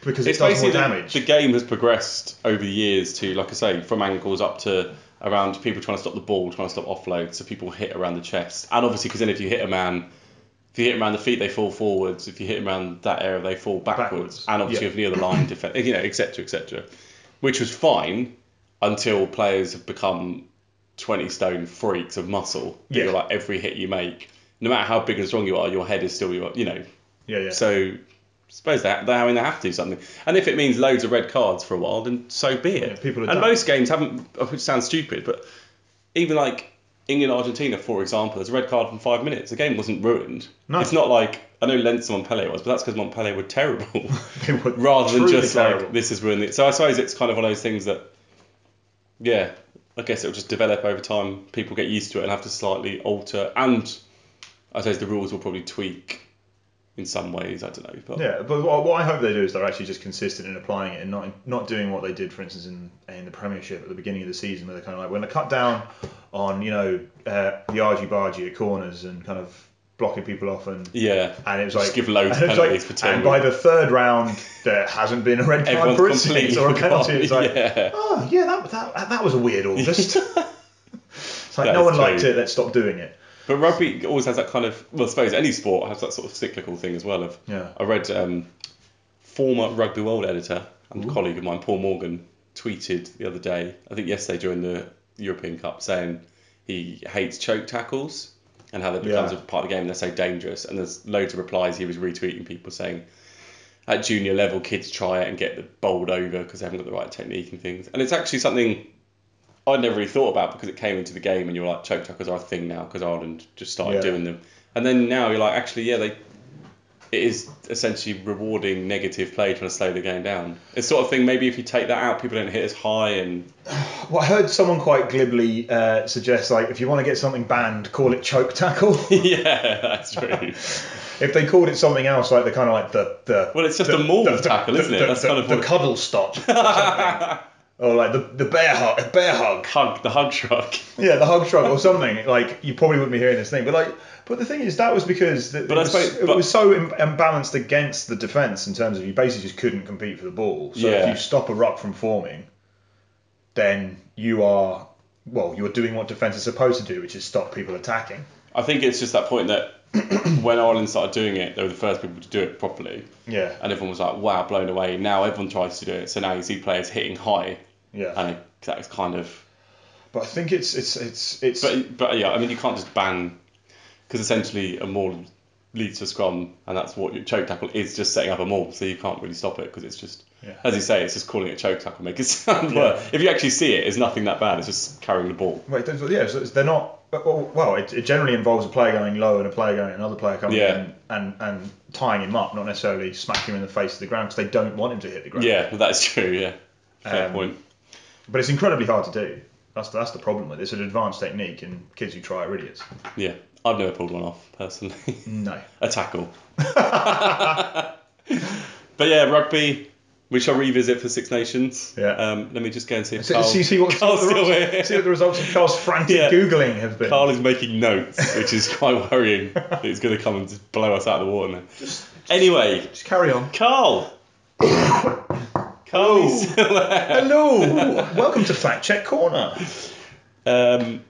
because It's it does basically more the- damage. The, game has progressed over the years to, like I say, from ankles up to around people trying to stop the ball, trying to stop offload. So people hit around the chest. And obviously, because then if you hit a man, if you hit him around the feet, they fall forwards. If you hit him around that area, they fall backwards. Backwards, And obviously, yeah. if near the line, defend, you know, etc., etc. Which was fine until players have become 20 stone freaks of muscle. Yeah. You're like, every hit you make, no matter how big and strong you are, your head is still your, you know, yeah, yeah. So suppose that they, I mean, they have to do something. And if it means loads of red cards for a while, then so be it. Yeah, people and adapt. most games haven't. Which sounds stupid, but even like England Argentina, for example, there's a red card from five minutes. The game wasn't ruined. No. It's not like I know Lens and Montpellier was, but that's because Montpellier were terrible. They were rather than truly just like terrible. this is ruined. It. So I suppose it's kind of one of those things that, yeah, I guess it'll just develop over time. People get used to it and have to slightly alter, and I suppose the rules will probably tweak in some ways. I don't know, but Yeah, but what, what I hope they do is they're actually just consistent in applying it and not not doing what they did, for instance, in in the Premiership at the beginning of the season, where they're kind of like when they cut down on you know uh, the argy bargy at corners and kind of blocking people off and. yeah, And it was like Just give loads of and it was penalties for ten And by the third round, there hasn't been a red card for everyone's instance completely or a forgot. penalty. It's like, yeah. oh yeah, that, that that was a weird August. it's like That no is one liked true. it. Let's stop doing it. But rugby always has that kind of well, I suppose any sport has that sort of cyclical thing as well. Of Yeah. I read um, former Rugby World editor and colleague of mine, Paul Morgan, tweeted the other day, I think yesterday during the European Cup, saying he hates choke tackles and how they become Yeah. a part of the game and they're so dangerous. And there's loads of replies he was retweeting people saying at junior level kids try it and get bowled over because they haven't got the right technique and things. And it's actually something I'd never really thought about because it came into the game and you're like choke tackles are a thing now because Ireland just started Yeah. doing them. And then now you're like actually yeah they it is essentially rewarding negative play trying to slow the game down. It's sort of thing maybe if you take that out people don't hit as high and Well, I heard someone quite glibly uh, suggest like if you want to get something banned, call it choke tackle. yeah that's true. If they called it something else, like the kind of like the the Well, it's just a maul tackle, isn't it? The, That's the- kind of the what- cuddle stop, or, something. Or, like the the bear hug, bear hug. hug the hug truck. Yeah, the hug shrug or something. Like you probably wouldn't be hearing this thing, but like, but the thing is that was because the, But it, I was, suppose- it but- was so Im- imbalanced against the defense in terms of you basically just couldn't compete for the ball. So Yeah. if you stop a ruck from forming, then you are well, you're doing what defense is supposed to do, which is stop people attacking. I think it's just that point that when Ireland started doing it they were the first people to do it properly. Yeah, and everyone was like, wow, blown away. Now everyone tries to do it. So now you see players hitting high, yeah. and that's kind of. But I think it's it's it's it's But but yeah, I mean you can't just ban because essentially a maul leads to a scrum, and that's what your choke tackle is just setting up a maul. So you can't really stop it because it's just. Yeah. As you say, it's just calling it a choke tackle, make it sound worse. If you actually see it, it's nothing that bad. It's just carrying the ball. Wait, those- yeah, so it's- they're not. Well, well, it, it generally involves a player going low and a player going another player coming Yeah. in and, and tying him up, not necessarily smacking him in the face of the ground because they don't want him to hit the ground. Yeah, that's true. Yeah, fair Um, point. But it's incredibly hard to do. That's the, that's the problem with it. It's an advanced technique, and kids who try it are idiots. Yeah, I've never pulled one off personally. No. a tackle. But yeah, rugby, we shall revisit for Six Nations. Yeah. Um, let me just go and see if So, Carl, see, see, what, see, Carl's what the still here. results, see what the results of Carl's frantic Yeah. googling have been. Carl is making notes, which is quite worrying. that He's going to come and just blow us out of the water now. anyway, Just carry on. Carl. Carl is still there. Hello, welcome to Fact Check Corner. Um,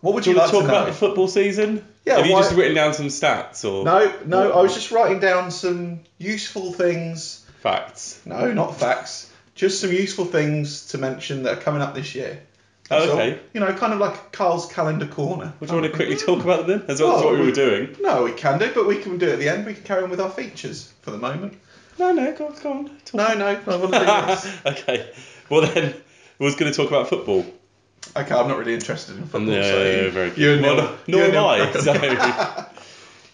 What would do you, you want to talk like to about know? the football season? Yeah, Have you why- just written down some stats or no, no. I was just writing down some useful things. facts? No, not facts. Just some useful things to mention that are coming up this year. Oh, That's all. okay. You know, kind of like Carl's calendar corner. Would you want to quickly talk about them as well as Oh, what we we- were doing? No, we can do, but we can do it at the end. We can carry on with our features for the moment. No, no, go on, go on. Talk. No, no, I want to do this. okay. Well then, we was going to talk about football. Okay, I'm not really interested in football. No, so you- very good. you and Neil- Well, nor you am and Neil I. crack on.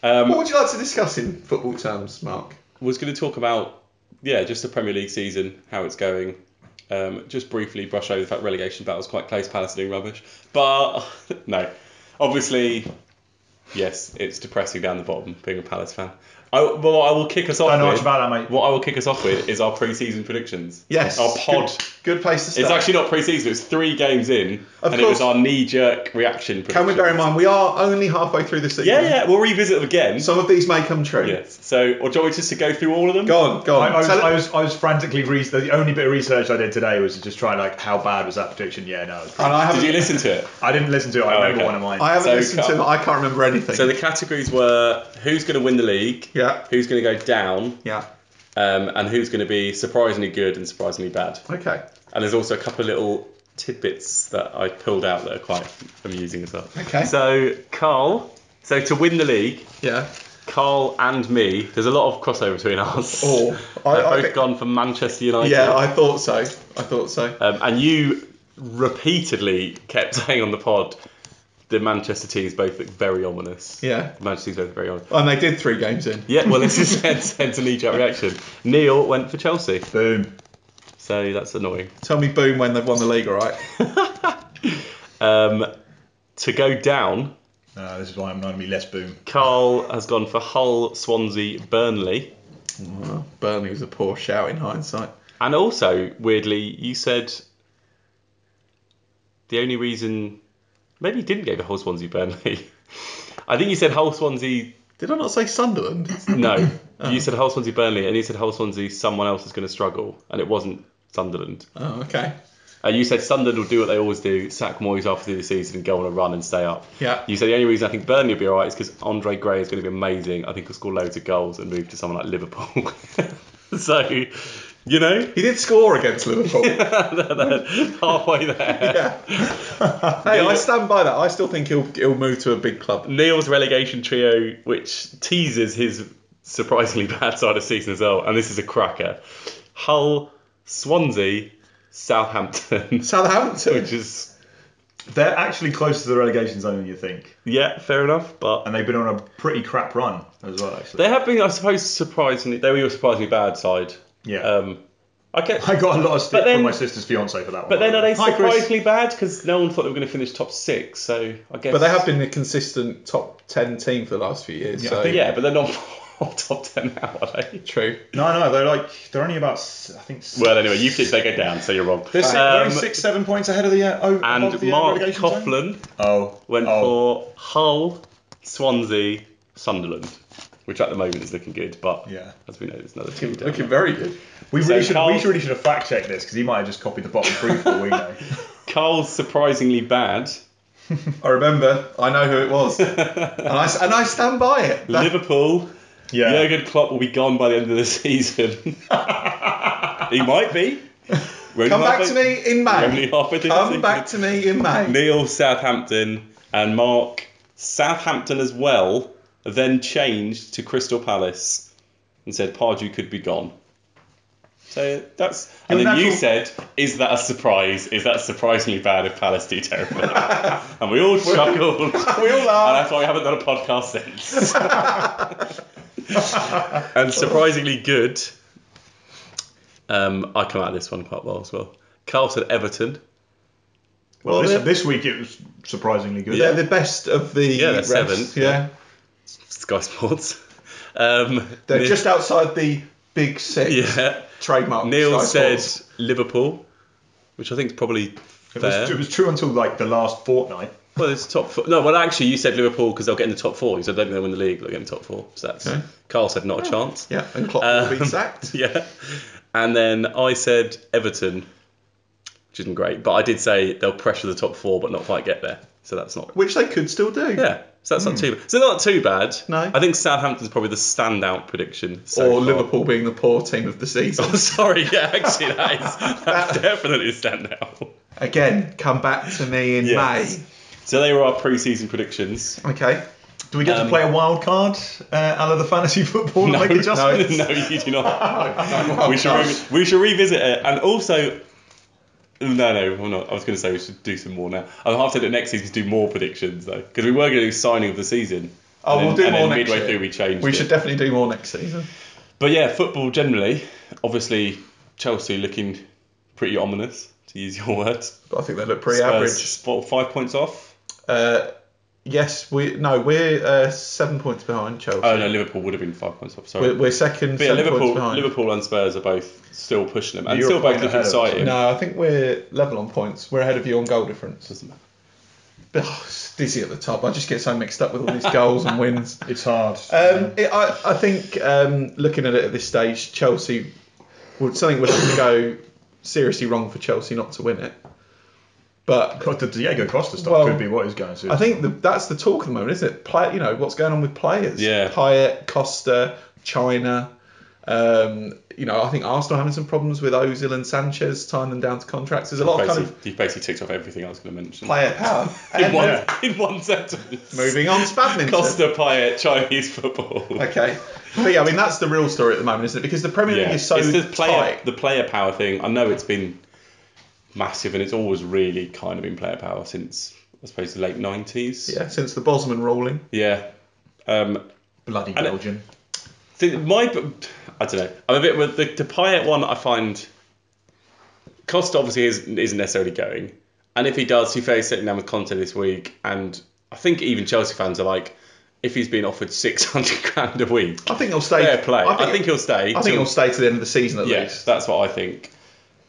So, um, What would you like to discuss in football terms, Mark? was going to talk about yeah, just the Premier League season, how it's going. Um, just briefly brush over the fact relegation battle's quite close, Palace are doing rubbish. But no, obviously, yes, it's depressing down the bottom being a Palace fan. I, well, what I will kick us off. Don't know much with, about that, mate. What I will kick us off with is our pre-season predictions. Yes. Our pod. Good, good place to start. It's actually not pre-season. It's three games in, Of and it was course. our knee-jerk reaction. Can we predictions. bear in mind we are only halfway through the season? Yeah, yeah, we'll revisit them again. Some of these may come true. yes. So, or do you want me just to go through all of them? Go on, go I, on. I, was, Tell it- I, was, I was frantically re- the only bit of research I did today was to just try like how bad was that prediction? Yeah, no. it's- and I haven't, Did you listen to it? I didn't listen to it. I Oh, remember okay. one of mine. I haven't So, listened to Carl- them. I can't remember anything. So the categories were who's going to win the league, yeah, who's going to go down, yeah. um, and who's going to be surprisingly good and surprisingly bad. Okay, And there's also a couple of little tidbits that I pulled out that are quite amusing as well. okay. So Carl, so to win the league, yeah. Carl and me, there's a lot of crossover between us. Oh, I- They've I both think- gone for Manchester United. Yeah, I thought so. I thought so. Um, and you repeatedly kept saying on the pod, the Manchester teams both look very ominous. Yeah. The Manchester teams both look very ominous. And they did three games in. Yeah, well, this is hence hence a knee-jerk E reaction. Neil went for Chelsea, Boom. so that's annoying. Tell me boom when they've won the league, all right? Um, to go down, Uh, this is why I'm not going to be less boom. Carl has gone for Hull, Swansea, Burnley, Well, Burnley was a poor shout in hindsight. and also weirdly, you said the only reason maybe you didn't go for Hull, Swansea, Burnley. I think you said Hull, Swansea. Did I not say Sunderland? No, you said Hull, Swansea, Burnley, and you said Hull, Swansea. Someone else is going to struggle, and it wasn't Sunderland. Oh, okay. Uh, you said Sunderland will do what they always do, sack Moyes after the season and go on a run and stay up. Yeah. You said the only reason I think Burnley will be alright is because Andre Gray is going to be amazing. I think he'll score loads of goals and move to someone like Liverpool. so, you know, He did score against Liverpool. halfway there. yeah. hey, I stand by that. I still think he'll he'll move to a big club. Neil's relegation trio, which teases his surprisingly bad side of season as well, and this is a cracker. Hull, Swansea, Southampton, Southampton. which is They're actually closer to the relegation zone than you think, yeah, fair enough, but and they've been on a pretty crap run as well. Actually, They have been, I suppose, surprisingly. They were a surprisingly bad side. yeah. Um, I get, I got a lot of stick But then- from my sister's fiance for that one. but then are they Hi, Chris. surprisingly bad? Because no one thought they were going to finish top six. So I guess. But they have been a consistent top ten team for the last few years. Yeah, I so think- Yeah, but they're not top ten now, are they? true. No, no, they're like they're only about s- I think. s- Well, anyway, you think they go down, so you're wrong. They're, six, they're Um, only six, seven points ahead of the uh, oh, above and the, uh, Mark relegation zone. Coughlin Oh, went oh. for Hull, Swansea, Sunderland, which at the moment is looking good, but Yeah. as we know, there's another team down. Looking very good. We So really should. Carl- We should- really should have fact checked this because he might have just copied the bottom three for all we know. Carl's surprisingly bad. I remember. I know who it was, and I s- and I stand by it. That- Liverpool. Yeah. Jurgen Klopp will be gone by the end of the season. he might be. We're only come back halfway- to me in we're Only May. halfway through the Come season. back to me in May. Neil Southampton and Mark Southampton as well. Then changed to Crystal Palace and said Pardew could be gone. So that's and Your then you natural- said, "Is that a surprise? Is that surprisingly bad if Palace do terrible?" and we all chuckled. we all laughed. And that's why we haven't done a podcast since. and surprisingly good. Um, I come out of this one quite well as well. Carl said Everton. Well, Well, uh, this, they're- this week it was surprisingly good. They're the best of the Yeah, they're rest, seventh. Yeah, Sky Sports. Um, they're Neil- just outside the Big six. Yeah. Trademark. Neil Sky said Sports. Liverpool, which I think is probably It fair. was, it was true until like the last fortnight. Well, it's top four. No, well, actually, you said Liverpool because they'll get in the top four. You said they're going to win the league, they'll get in the top four. So that's. Okay. Oh, Carl said not a chance. Yeah, and Klopp will be Um, sacked. Yeah. And then I said Everton, which isn't great, but I did say they'll pressure the top four but not quite get there. So that's not. Which they could still do. Yeah. So that's not too bad. So not too bad. Hmm. No. I think Southampton's probably the standout prediction. So or far. Liverpool being the poor team of the season. Oh, sorry. Yeah, actually, that is that's definitely a standout. Again, come back to me in Yes. So they were our pre-season predictions. May. Okay. Do we get Um, to play a wild card uh, out of the fantasy football and No, make no, adjustments? no, you do not. Oh, we, should gosh. re- we should revisit it. And also, no, no, we're not. I was going to say we should do some more now. I'll have to do it next season to do more predictions, though, because we were going to do signing of the season. Oh, And we'll do then- and more then next midway year. through, we changed. We it. should definitely do more next season. But yeah, football generally, obviously, Chelsea looking pretty ominous, to use your words. But I think they look pretty Spurs, average. spot- five points off. Uh, yes, we no, we're uh, seven points behind Chelsea. Oh no, Liverpool would have been five points off. Sorry. we're, we're second. But yeah, seven points Liverpool, behind. Liverpool and Spurs are both still pushing them, and You're still a both point looking ahead of us. exciting. No, I think we're level on points. We're ahead of you on goal difference. Doesn't matter. Oh, it's dizzy at the top. I just get so mixed up with all these goals and wins. It's hard. Um, it, I, I think um, looking at it at this stage, Chelsea would something would have to go seriously wrong for Chelsea not to win it. But But the Diego Costa stuff Well, could be what is going to. I think the, that's the talk at the moment, isn't it? Play, you know what's going on with players. Yeah. Payet, Costa, China. Um, you know, I think Arsenal having some problems with Ozil and Sanchez tying them down to contracts. There's a lot of Basically, kind of you've basically ticked off everything I was going to mention. player power. in, And one, then in one sentence. moving on to badminton. Costa Payet, Chinese football. Okay, but yeah, I mean that's the real story at the moment, isn't it? Because the Premier League Yeah. is so it's the player, tight. the player power thing. I know it's been massive, and it's always really kind of been player power since I suppose the late nineties. Yeah, since the Bosman ruling. Yeah. Um, bloody and it- Belgian. The, my, I don't know. I'm a bit with the, the Payet one. I find Costa obviously isn't, isn't necessarily going, and if he does, he's fairly sitting down with Conte this week, and I think even Chelsea fans are like, if he's been offered six hundred grand a week, I think he'll stay. fair play. I think, he'll stay. I think till- he'll stay to the end of the season at yeah, least. that's what I think.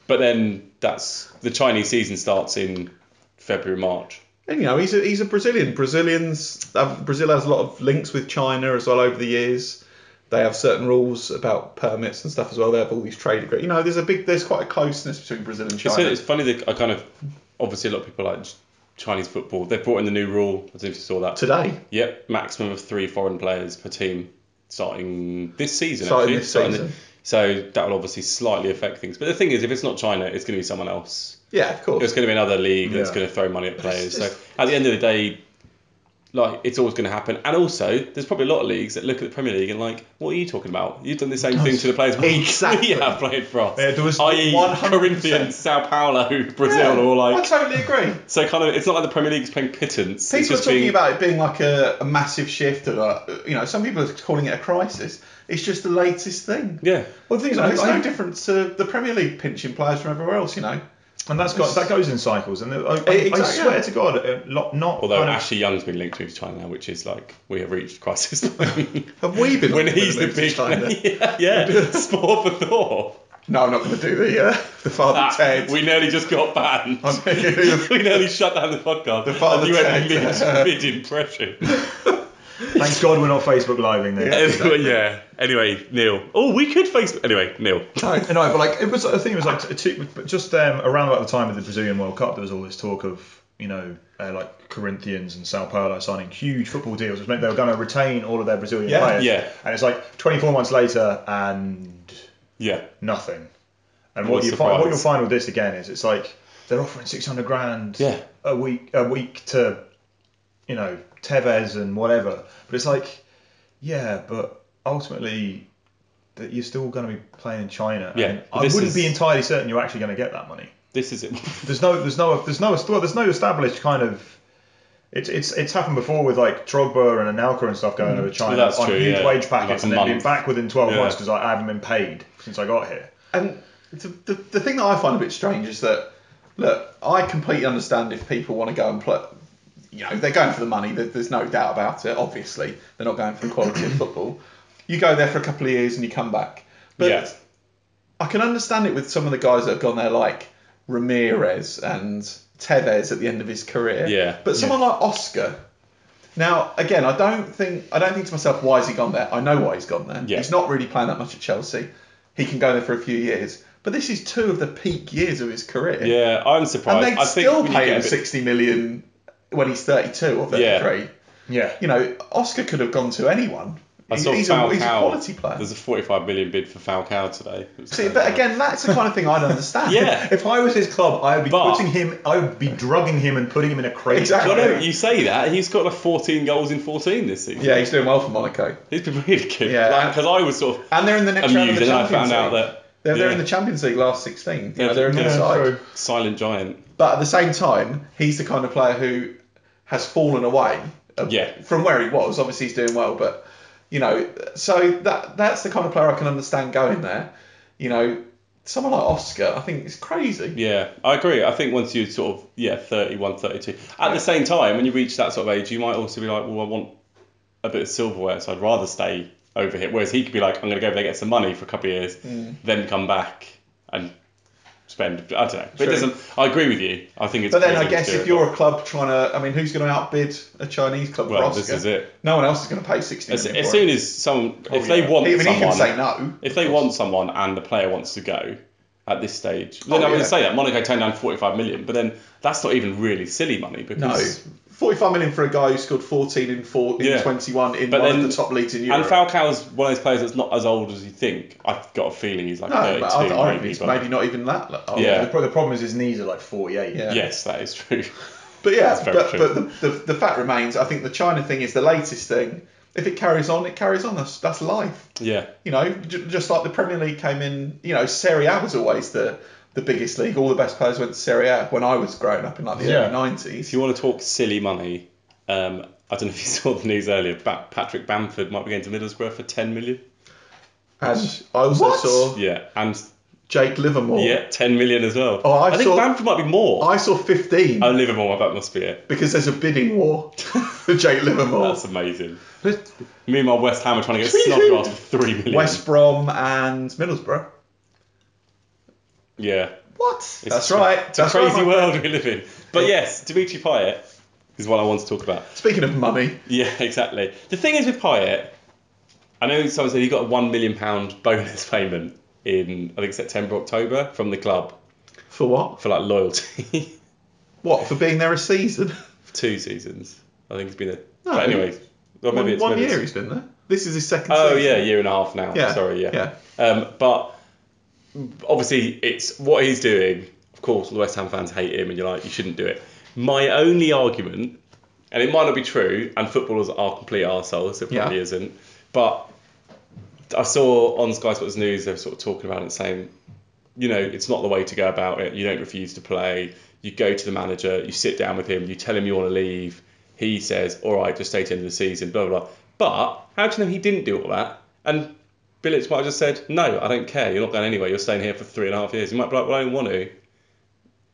But then that's the Chinese season starts in February March. And you know, he's a, he's a Brazilian. Brazilians have, Brazil has a lot of links with China as well over the years. They have certain rules about permits and stuff as well. They have all these trade agreements. You know, there's a big, there's quite a closeness between Brazil and It's, China. it's funny that I kind of obviously a lot of people like Chinese football. They've brought in the new rule. I don't know if you saw that. Today, Yep, maximum of three foreign players per team starting this season. Starting actually. this the- season. so that will obviously slightly affect things. But the thing is, if it's not China, it's going to be someone else. yeah, of It's course. going to be another league that's Yeah. going to throw money at players. just- So at the end of the day, like it's always going to happen. And also, there's probably a lot of leagues that look at the Premier League and like, what are you talking about? You've done the same thing to the players we- Exactly. we have played for us. Yeah, there was i.e. 100%. Corinthians, Sao Paulo, Brazil, Yeah, are all I like. totally agree. So kind of, it's not like the Premier League's playing pittance. it's People are just talking being, about it being like a, a massive shift, or like, you know, some people are calling it a crisis. It's just the latest thing. Yeah. Well, the thing is, No, it's I- no different to the Premier League pinching players from everywhere else. You know, And that's got that goes in cycles. And I, I, Exactly, I swear yeah. to God, uh, not not Although Um, kind of- Ashley Young's been linked to China now, which is like we have reached crisis point have we been when looking at he's the moves to big China? yeah, yeah sport for Thor. No, I'm not going to do the uh, the father Ah, Ted. we nearly just got banned. I'm thinking of- we nearly shut down the podcast. The Father you Ted. went mid, mid impression. thank God we're not Facebook living there. Yeah. anyway, yeah. Anyway, Neil. Oh, we could face. Anyway, Neil. No, no, but like it was. I think it was like t- two, but just um, around about the time of the Brazilian World Cup, there was all this talk of you know uh, like Corinthians and Sao Paulo signing huge football deals, which meant they were going to retain all of their Brazilian Yeah. players. Yeah. And it's like 24 months later, and Yeah. nothing. And What what, a you find, what surprise. you'll find with this again is it's like they're offering 600 grand Yeah. a week a week to you know Tevez and whatever, but it's like yeah, but ultimately that you're still going to be playing in China. and Yeah, but I this wouldn't is- be entirely certain you're actually going to get that money. This is it. There's no there's no there's no well, there's no established kind of it's, it's it's happened before with like Drogba and Anelka and stuff going over China Mm. That's on true, huge yeah. wage Like packets a and then being month. back within 12 Yeah. months because I haven't been paid since I got here. And the, the, the thing that I find a bit strange is that, look, I completely understand if people want to go and play. You know, they're going for the money. there- There's no doubt about it. Obviously, they're not going for the quality of football. You go there for a couple of years and you come back. But Yeah. I can understand it with some of the guys that have gone there, like Ramirez and Tevez at the end of his career. Yeah. But someone like Oscar. Now, again, I don't think I don't think to myself, why has he gone there? I know why he's gone there. Yeah. He's not really playing that much at Chelsea. He can go there for a few years. But this is two of the peak years of his career. Yeah, I'm And surprised. they'd I think still when you pay get him a bit- 60 million when he's 32 or 33. Yeah. Yeah. You know, Oscar could have gone to anyone. I saw he's, a, Falcao. he's a quality player. There's a 45 million bid for Falcao today. It was See, like, but again, that's the kind of thing I'd understand. Yeah. If I was his club, I would be But- putting him. I would be drugging him and putting him in a crate. Exactly. No, no, you say that. He's got like 14 goals in 14 this season. Yeah, he's doing well for Monaco. He's been really good. Yeah. Because I was sort of And they're in the next round of amused the and then I Champions found League. out that they're, they're in yeah. the Champions League last 16. You Yeah, know, they're in yeah, the side. true. silent giant. But at the same time, he's the kind of player who has fallen away uh, Yeah. from where he was. Obviously, he's doing well, but you know, so that that's the kind of player I can understand going there. You know, someone like Oscar, I think is crazy. Yeah, I agree. I think once you sort of, yeah, 31, 32. At the same time, when you reach that sort of age, you might also be like, well, I want a bit of silverware, so I'd rather stay over here. Whereas he could be like, I'm going to go over there, get some money for a couple of years, Mm. then come back and spend. I don't know. But it True. doesn't, I agree with you. I think it's But then crazy I to guess do if it, you're a club trying to, I mean, who's going to outbid a Chinese club Well, for Oscar? this is it. No one else is going to pay 60 As, million as for him. soon as someone, if they want Oh, Even someone, he can say no. if they want someone and the player wants to go at this stage, Oh, then I'm going yeah. to say that Monaco turned down 45 million, but then that's not even really silly money No. because. 45 million for a guy who scored 14 in, four, in Yeah. 21 in But one then- of the top leagues in Europe. And Falcao's one of those players that's not as old as you think. I've got a feeling he's like no, 32, but I, I reckon maybe. it's but- maybe not even that. old. Yeah. The, pro- the problem is his knees are like 48. Yeah. Yes, that is true. But yeah, very but, true. but the, the, the fact remains, I think the China thing is the latest thing. If it carries on, it carries on. That's, that's life. yeah, You know, j- just like the Premier League came in, you know, Serie A was always the, the biggest league. All the best players went to Serie A when I was growing up in like the Yeah. early 90s. if you want to talk silly money, um, I don't know if you saw the news earlier. Ba- Patrick Bamford might be going to Middlesbrough for 10 million. And I also What? saw Yeah, and Jake Livermore. yeah, 10 million as well. Oh, I think saw- Bamford might be more. I saw 15 Oh, Livermore, that must be it. because there's a bidding war for Jake Livermore. That's amazing. But Meanwhile, West Ham are trying to get Snodgrass for three million. West Brom and Middlesbrough. yeah, What? That's a- right. It's That's a right, crazy my world friend. we live in. But yes, Dimitri Payet is what I want to talk about. Speaking of money, Yeah, exactly. The thing is with Payet, I know someone said he got a one million pound bonus payment in I think September October from the club for what? for like loyalty. What for being there a season? for two seasons, I think it's been a. No. but anyway, well, maybe one it's one maybe year It's, he's been there. This is his second. oh season. yeah, year and a half now. Yeah. Sorry, yeah. Yeah. Um, but obviously, it's what he's doing. Of course, the West Ham fans hate him, and you're like, you shouldn't do it. My only argument, and it might not be true, and footballers are complete arseholes, so it probably Yeah. isn't. But I saw on Sky Sports News, they were sort of talking about it, saying, you know, it's not the way to go about it. You don't refuse to play. You go to the manager, you sit down with him, you tell him you want to leave. He says, all right, just stay to the end of the season, blah, blah, blah. But how do you know he didn't do all that? And Billich might have just said, no, I don't care. You're not going anywhere. You're staying here for three and a half years. You might be like, well, I don't want to.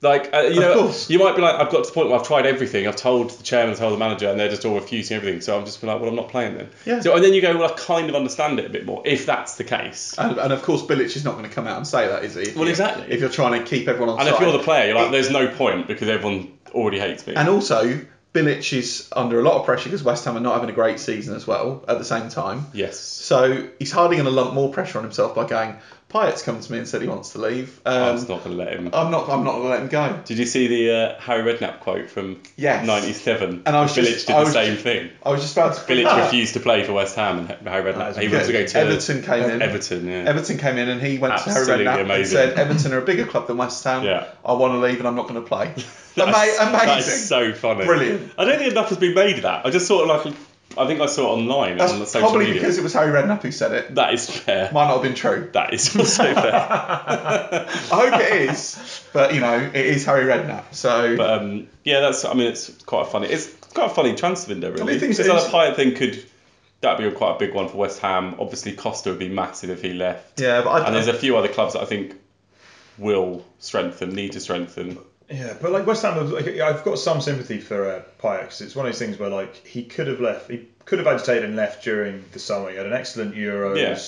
Like, uh, you Of know, course. you might be like, I've got to the point where I've tried everything. I've told the chairman, I've told the manager, and they're just all refusing everything. So I'm just like, well, I'm not playing then. Yeah. So, and then you go, well, I kind of understand it a bit more, if that's the case. And, and of course, Bilic is not going to come out and say that, is he? If Well, you- exactly. If you're trying to keep everyone on And side. if you're the player, you're like, there's no point because everyone already hates me. And also, Bilic is under a lot of pressure because West Ham are not having a great season as well at the same time. yes. So he's hardly going to lump more pressure on himself by going, Pyatt's come to me and said he wants to leave. I Um, was not going to let him. I'm not. I'm not going to let him go. Did you see the uh, Harry Redknapp quote from Yes. 97? And I was Bilic just- did I the was same just- thing. I was just about to. Bilic Ah. refused to play for West Ham and Harry Redknapp. is He wanted to go to Everton came in. Everton, yeah. Everton came in and he went to Harry Absolutely Redknapp and amazing. said, "Everton are a bigger club than West Ham. Yeah. I want to leave and I'm not going to play." That's- Ama- amazing. That is so funny. Brilliant. I don't think enough has been made of that. I just saw it like, I think I saw it online That's on the social probably media. because it was Harry Redknapp who said it. That is fair. Might not have been true. that is also fair. I hope it is, but you know, it is Harry Redknapp. So But um, yeah, that's. I mean, it's quite funny. It's quite a funny transfer window, really. I think this it is. other Pyatt thing could that'd be a quite a big one for West Ham. Obviously, Costa would be massive if he left. yeah, but I, And there's a few other clubs that I think will strengthen, need to strengthen. Yeah, but like West Ham, have- like, I've got some sympathy for uh, Payet because it's one of those things where like he could have left, he could have agitated and left during the summer. He had an excellent Euros. Yeah.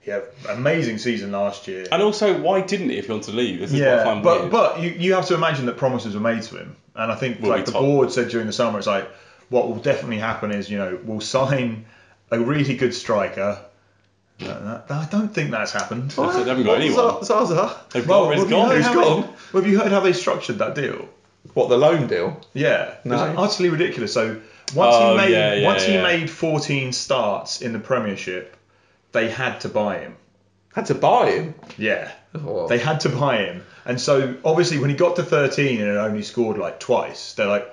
He had an amazing season last year. And also, why didn't he if he wanted to leave? This is what I Yeah, find but weird. but you, you have to imagine that promises were made to him, and I think We'll like be the top. board said during the summer, it's like what will definitely happen is you know we'll sign a really good striker. That- that- I don't think that's happened. Well, they haven't got anyone. Za- Zaza. They've got Well, rid have of you Gone. heard how gone? they- well, have you heard how they structured that deal? What the loan deal? Yeah, No. it was utterly ridiculous. So once Oh, he made yeah, yeah, once he yeah. made 14 starts in the Premiership, they had to buy him. Had to buy him. Yeah, Oh. they had to buy him, and so obviously when he got to 13 and had only scored like twice, they're like,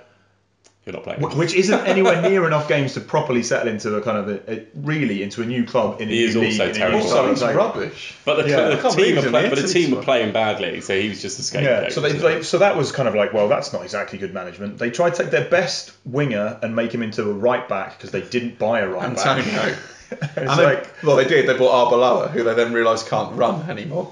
You're not playing. Wh- which isn't anywhere near enough games to properly settle into a kind of a, a really into a new club in a He new is league. also in a new terrible. club. also, he's It's like- rubbish. But the, Yeah. I the can't believe team he's were in play, the but the Italy team were squad. playing badly, so he was just a scapegoat. Yeah, so they, wasn't they he? so that was kind of like, well, that's not exactly good management. They tried to take their best winger and make him into a right back because they didn't buy a right back. Antonio. it's And like, they, well, they did. They bought Arbeloa, who they then realised can't run anymore.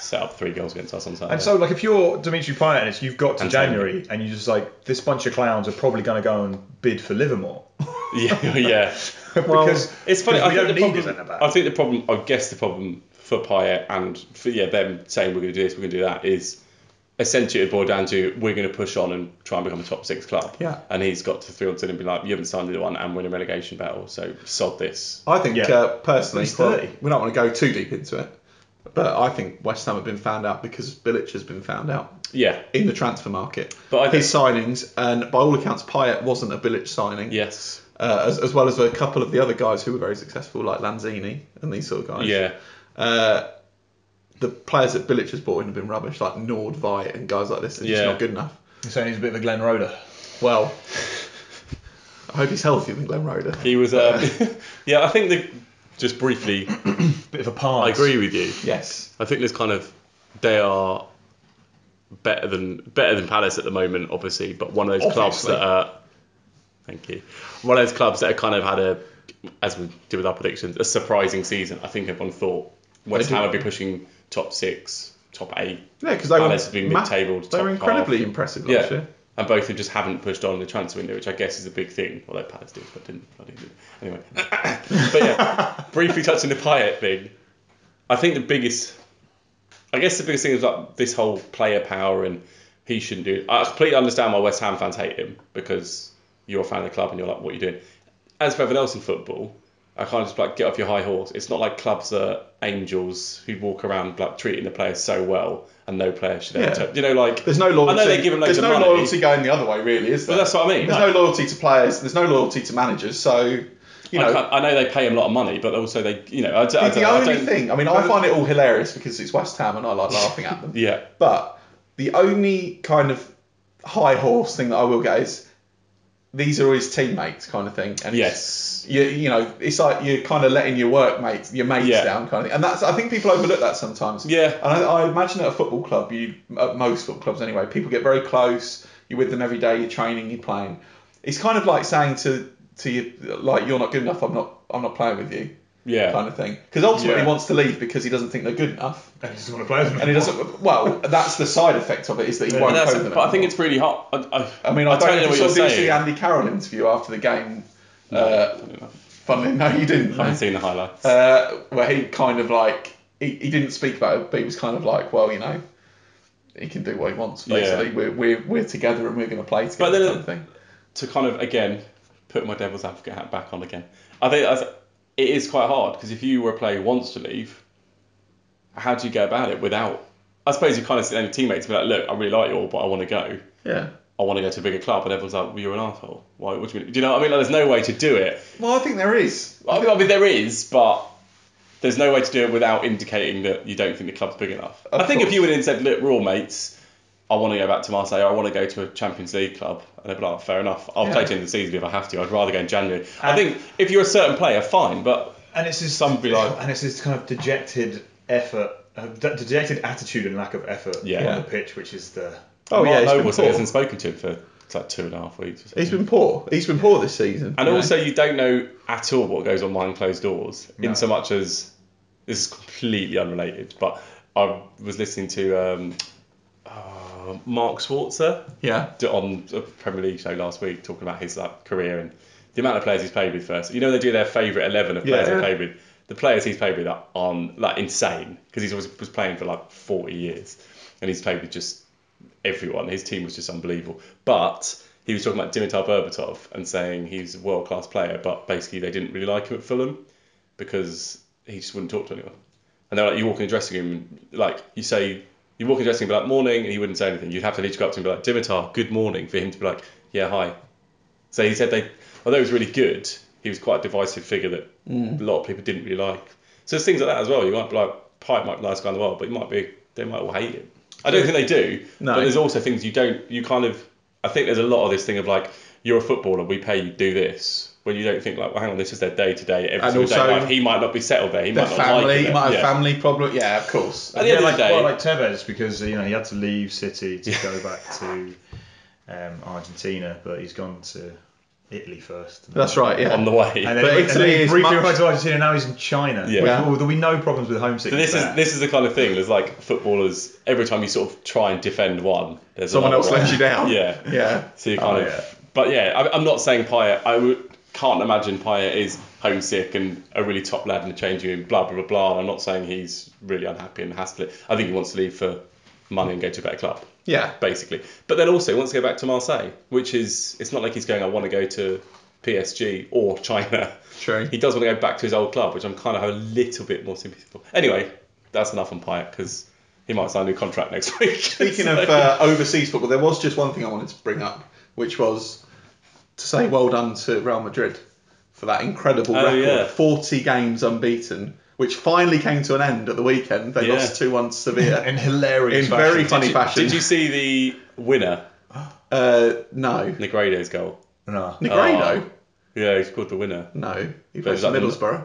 set up three goals against us on Saturday. and so like if you're Dimitri Payet, you've got to Antonio. January and you're just like, this bunch of clowns are probably going to go and bid for Livermore yeah, yeah. because It's funny. I think, because we don't the need a problem, centre back. I think the problem. I guess the problem for Payet and for yeah them saying we're going to do this, we're going to do that is essentially it boiled down to we're going to push on and try and become a top six club. Yeah. And he's got to Thrilton and be like, you haven't signed anyone and win a relegation battle, so sod this. I think Yeah. uh, personally, He's well, 30. we don't want to go too deep into it, but I think West Ham have been found out because Bilic has been found out Yeah. in the transfer market. But I think- his signings, and by all accounts, Payet wasn't a Bilic signing. Yes. Uh, as, as well as a couple of the other guys who were very successful, like Lanzini and these sort of guys. Yeah. Uh, the players that Bilic has bought in have been rubbish, like Nordveit and guys like this. They're just Yeah. not good enough. You're saying he's a bit of a Glenn Roder. Well, I hope he's healthier than Glenn Roder. He was. Um, yeah, I think the just briefly. bit of a pass. I agree with you. Yes. I think there's kind of they are better than better than Palace at the moment, obviously, but one of those clubs Obviously. that are thank you. One of those clubs that have kind of had a as we did with our predictions, a surprising season. I think everyone thought West They do. Ham would be pushing top six, top eight. Yeah, because they Palace were have been ma- mid-table to They were top incredibly half. impressive Yeah. last year. And both of them just haven't pushed on in the transfer window, which I guess is a big thing. Although Palace did, but didn't. bloody did. Anyway. but yeah, briefly touching the Payet thing, I think the biggest, I guess the biggest thing is like this whole player power and he shouldn't do. I completely understand why West Ham fans hate him because you're a fan of the club and you're like, what are you doing? As for everyone else in football, I can't just like get off your high horse. It's not like clubs are angels who walk around like treating the players so well and no player should ever. Yeah. touch- You know, like There's no loyalty. I know they give him loads There's of no money. loyalty going the other way, really, is there? But that's what I mean. There's no. loyalty to players. There's no loyalty to managers. So, you I, know, can't- I know they pay him a lot of money, but also they, you know, I, d- I don't, the, the I only don't- thing. I mean, I find it all hilarious because it's West Ham and I like laughing at them. Yeah, But the only kind of high horse thing that I will get is these are his teammates, kind of thing. And yes, it's- you, you know, it's like you're kind of letting your workmates, your mates Yeah. down, kind of thing. And that's, I think people overlook that sometimes. Yeah. And I, I imagine at a football club, you, at most football clubs anyway, people get very close. You're with them every day. You're training. You're playing. It's kind of like saying to to you, like, you're not good enough. I'm not. I'm not playing with you. yeah. Kind of thing. Because ultimately, Yeah. he wants to leave because he doesn't think they're good enough. And he doesn't want to play with him And he anymore. doesn't. Well, that's the side effect of it is that he Yeah. won't But play that's- with them. but I think anymore. it's really hot. I, I, I mean, I, don't totally know know if what you you're saw the saying. Andy Carroll interview after the game. I Uh, don't know. funnily, no, you didn't. I no. haven't seen the highlights. Uh, where he kind of like he, he didn't speak about it, but he was kind of like, well, you know, he can do what he wants. Basically, we're, we're we're together and we're going to play together. then- kind of thing. to kind of again put my devil's advocate hat back on again. I think that's, it is quite hard because if you were a player who wants to leave, how do you go about it without? I suppose you kind of sit down with teammates and be like, look, I really like you all, but I want to go. Yeah. I want to go to a bigger club, and everyone's like, well, you're an asshole. Why? What do you mean? Do you know what I mean? Like, there's no way to do it. Well, I think there is. I mean, I mean, there is, but there's no way to do it without indicating that you don't think the club's big enough. Of I think if course. you went in and said, look, we're all mates, I want to go back to Marseille, I want to go to a Champions League club, and they'd be like, "Oh, fair enough, I'll Yeah. play to the end of the season if I have to, I'd rather go in January. I And- think if you're a certain player, fine, but and it's this Some be like- and it's this kind of dejected effort, uh, de- dejected attitude and lack of effort Yeah. on Yeah. the pitch, which is the Oh Mark yeah, he's Noble been poor. hasn't spoken to him for it's like two and a half weeks. Or something. He's been poor. He's been poor this season. And you know. also, you don't know at all what goes on behind closed doors, in so much as this is completely unrelated. But I was listening to um, uh, Mark Schwarzer yeah, d- on a Premier League show last week talking about his like career and the amount of players he's played with first. You know they do their favourite eleven of players Yeah. they played with. the players he's played with are on like insane because he's always was playing for like 40 years and he's played with just everyone. His team was just unbelievable. But he was talking about Dimitar Berbatov and saying he's a world class player, but basically they didn't really like him at Fulham because he just wouldn't talk to anyone. And they're like, you walk in the dressing room, like you say, you walk in the dressing room, and be like morning, and he wouldn't say anything. You'd have to literally go up to him and be like, Dimitar, good morning, for him to be like, yeah, hi. So he said they, although he was really good, he was quite a divisive figure that Mm. a lot of people didn't really like. So there's things like that as well. You might be like, Pike might be the nicest guy in the world, but he might be, they might all hate him. I don't think they do. No. But there's also things you don't, you kind of, I think there's a lot of this thing of like, you're a footballer, we pay you, do this. When you don't think like, well, hang on, this is their day to day, every And single day. also- of life. He might not be settled there. He Their might not family, like it. he might have yeah. family problem. Yeah, of course. At the end yeah, of like, the day, well, like Tevez because you know he had to leave City to go back to um, Argentina, but he's gone to Italy first. That's right. Yeah. on the way. And then, But and then Italy he is briefly much- went to Argentina. Now he's in China. Yeah. Which- Yeah. well, there'll be no problems with homesick. So this there. is this is the kind of thing. There's like footballers. Every time you sort of try and defend one, there's Someone another else lets one. you down. Yeah. Yeah. So you kind Oh, of. yeah. But yeah, I, I'm not saying Payet. I would, can't imagine Payet is homesick and a really top lad in the changing room. Blah blah blah blah. And I'm not saying he's really unhappy and has to. leave. I think he wants to leave for money and go to a better club, Yeah. basically. But then also he wants to go back to Marseille, which is it's not like he's going. I want to go to PSG or China. True. He does want to go back to his old club, which I'm kind of a little bit more sympathy for. Anyway, that's enough on Payet because he might sign a new contract next week. Speaking So- of uh, overseas football, there was just one thing I wanted to bring up, which was to say well done to Real Madrid for that incredible Oh, record, yeah. 40 games unbeaten, which finally came to an end at the weekend. They Yeah. lost 2 1 to Sevilla. in hilarious. In fashion. very funny did, fashion. did you see the winner, uh, no. Negredo's goal? Uh, No. Negredo? Yeah, he scored the winner. No. He Oh. But plays is for that the- Middlesbrough.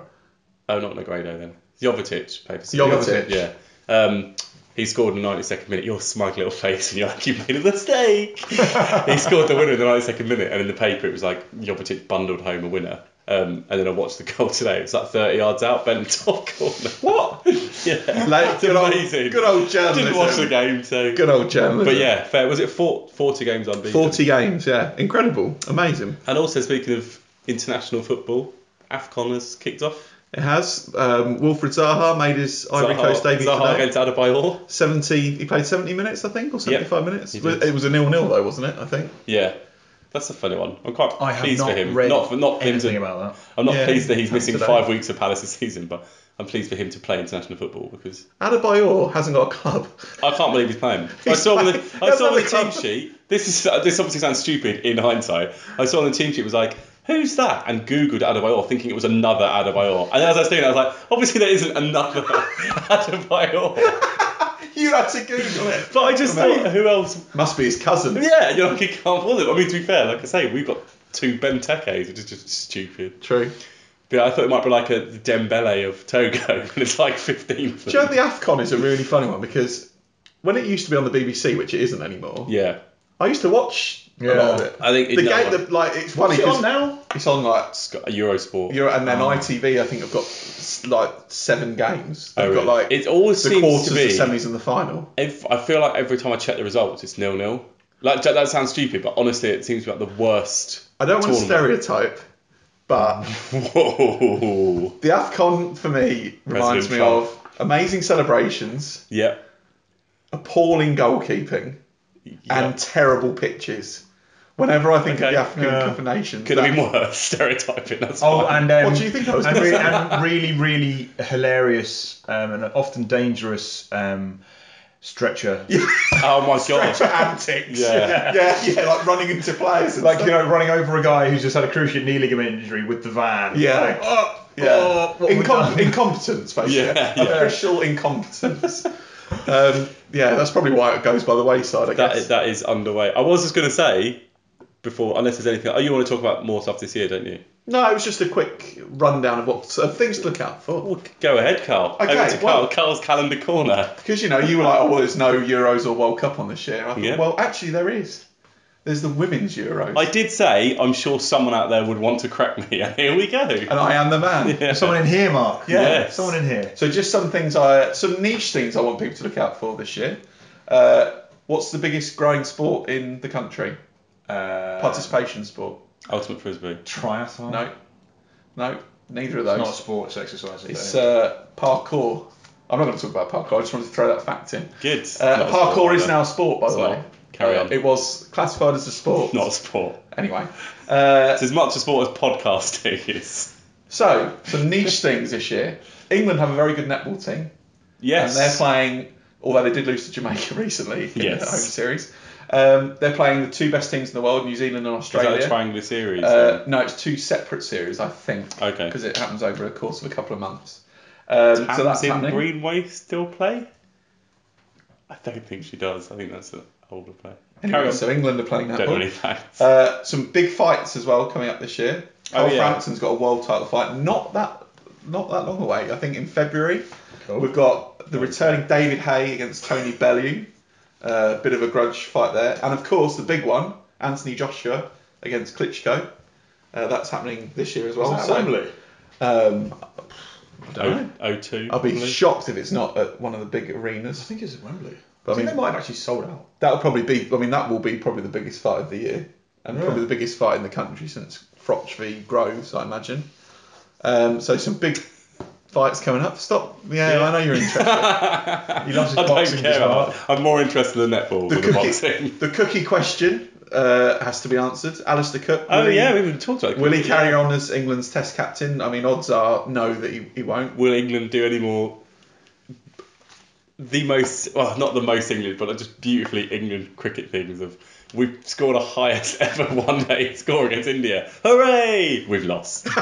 Oh, not Negredo then. Jovetic played for City. Jovetic. Yeah. Um, he scored in the 92nd minute. Your smug little face, and you're like, you made a mistake. he scored the winner in the 92nd minute, and in the paper it was like Jovetic bundled home a winner. Um, and then I watched the goal today. It was like 30 yards out, bent top corner. What? yeah. Like, good, old, amazing. good old I didn't watch the journalism. game, so. Good old journalism. But yeah, fair. Was it four, 40 games unbeaten? 40 games, yeah. Incredible. Amazing. And also, speaking of international football, AFCON has kicked off. It has. Um, Wilfred Zaha made his Ivory Zaha- Coast debut Zaha today. against Adebayor. 70 he played 70 minutes i think or 75 minutes he Was- did. it was a nil-nil though wasn't it i think Yeah, that's a funny one. I'm quite I have pleased not for him. read Not for not for him anything to. about that. I'm not Yeah, pleased that he's come missing today. five weeks of Palace's season, but I'm pleased for him to play international football because adebayor hasn't got a club I can't believe he's playing. I saw on the, playing. I saw on the That's team not the sheet. This is this obviously sounds stupid in hindsight. I saw on the team sheet it was like. Who's that? And Googled Adebayor, thinking it was another Adebayor. And as I was doing, it, I was like, obviously there isn't another Adebayor. you had to google it But I just thought, who else must be his cousin Yeah, you're like, you can't afford it. I mean, to be fair, like I say, we've got two Bentekes, which is just stupid. true But yeah, I thought it might be like a Dembele of Togo, and it's like 15. do you know the afcon is a really funny one because when it used to be on the bbc which it isn't anymore Yeah. i used to watch a lot of it I think the it's game that one. that like it's funny Is it 'cause on now? it's on like It's got a Eurosport. Europe, and then itv i think have got s- like seven games they've Oh, got really? like it always the seems quarters to the be. semis and the final if, I feel like every time I check the results, it's nil nil. Like that, that sounds stupid, but honestly, it seems like the worst. i don't want to Tournament. stereotype but Whoa. The AFCON for me reminds President me Trump. of amazing celebrations, Yep. appalling goalkeeping, and Yep. terrible pitches. Whenever I think Okay. of the African Yeah. Cup of Nations, could that- have been worse. Stereotyping. That's Oh, fine. and um, What do you think I was and gonna really, say? and really, really hilarious um, and often dangerous um, stretcher. oh my god. antics. Yeah. yeah, yeah, like running into players. And uh, Like stuff. you know, running over a guy who's just had a cruciate knee ligament injury with the van. Yeah. Like, oh, yeah. oh, what have we Incom- done? incompetence, basically. Yeah, yeah. Official incompetence. um, yeah, that's probably why it goes by the wayside, I That guess. is, that is underway. I was just going to say before, unless there's anything. Oh, you want to talk about more stuff this year, don't you? No, it was just a quick rundown of what of things to look out for. Well, go ahead, Carl. Okay, Over to Carl. well- Carl's calendar corner. Because you know, you were like, oh, well, there's no Euros or World Cup on this year. I thought, Yeah. well, actually, there is. There's the women's Euros, I did say I'm sure someone out there would want to crack me, and here we go. and I am the man. Yeah. Someone in here, Mark. Yeah. Yes. Someone in here. So just some things I, some niche things I want people to look out for this year. Uh, what's the biggest growing sport in the country? Uh, Participation sport. Ultimate frisbee. Triathlon. No, no. Neither of It's those. not sports exercise. It's uh, parkour. I'm not going to talk about parkour. I just wanted to throw that fact in. Good. Uh, Not a parkour sport, is no. now a sport, by the It's way. not. Carry Uh, on. It was classified as a sport. not a sport. Anyway, uh, It's as much a sport as podcasting is. so some niche things this year. England have a very good netball team, Yes. and they're playing. Although they did lose to Jamaica recently in Yes. the home series, um, they're playing the two best teams in the world: New Zealand and Is that a Australia. triangular series? Uh, no, it's two separate series, I think. Okay. Because it happens over a course of a couple of months. Um, Does so that's Tamsin happening. Greenway still play? I don't think she does. I think that's an older player. Carry Anyway, on. so England are playing that Don't know one. any facts. Uh, some big fights as well coming up this year. Carl Oh, yeah. Frampton's got a world title fight. Not that not that long away. I think in February Cool. we've got the returning David Hay against Tony Bellew. A bit of a grudge fight there, and of course the big one, Anthony Joshua against Klitschko. Uh, that's happening this year as Oh, well. So, assembly. Um, I don't know. O- O2. I'll be probably. shocked if it's not at one of the big I arenas. think it's at Wembley. But I I think mean- they might have actually sold out. That'll probably be. I mean, that will be probably the biggest fight of the year, and Yeah. probably the biggest fight in the country since Frotch v Groves, I imagine. Um, so some big fights coming up. Stop. Yeah, Yeah. I know you're interested. He loves his I boxing don't as care. well. about- I'm more interested in the netball the, than the cookie, boxing. the cookie question uh, has to be answered. Alistair Cook. Oh will he- yeah, we haven't talked about. Will he cookie. carry on as England's Test captain? I mean, odds are no that he, he won't. Will England do any more? The most, well, not the most England, but just beautifully England cricket things of we've scored a highest ever one day score against India. Hooray! We've lost. If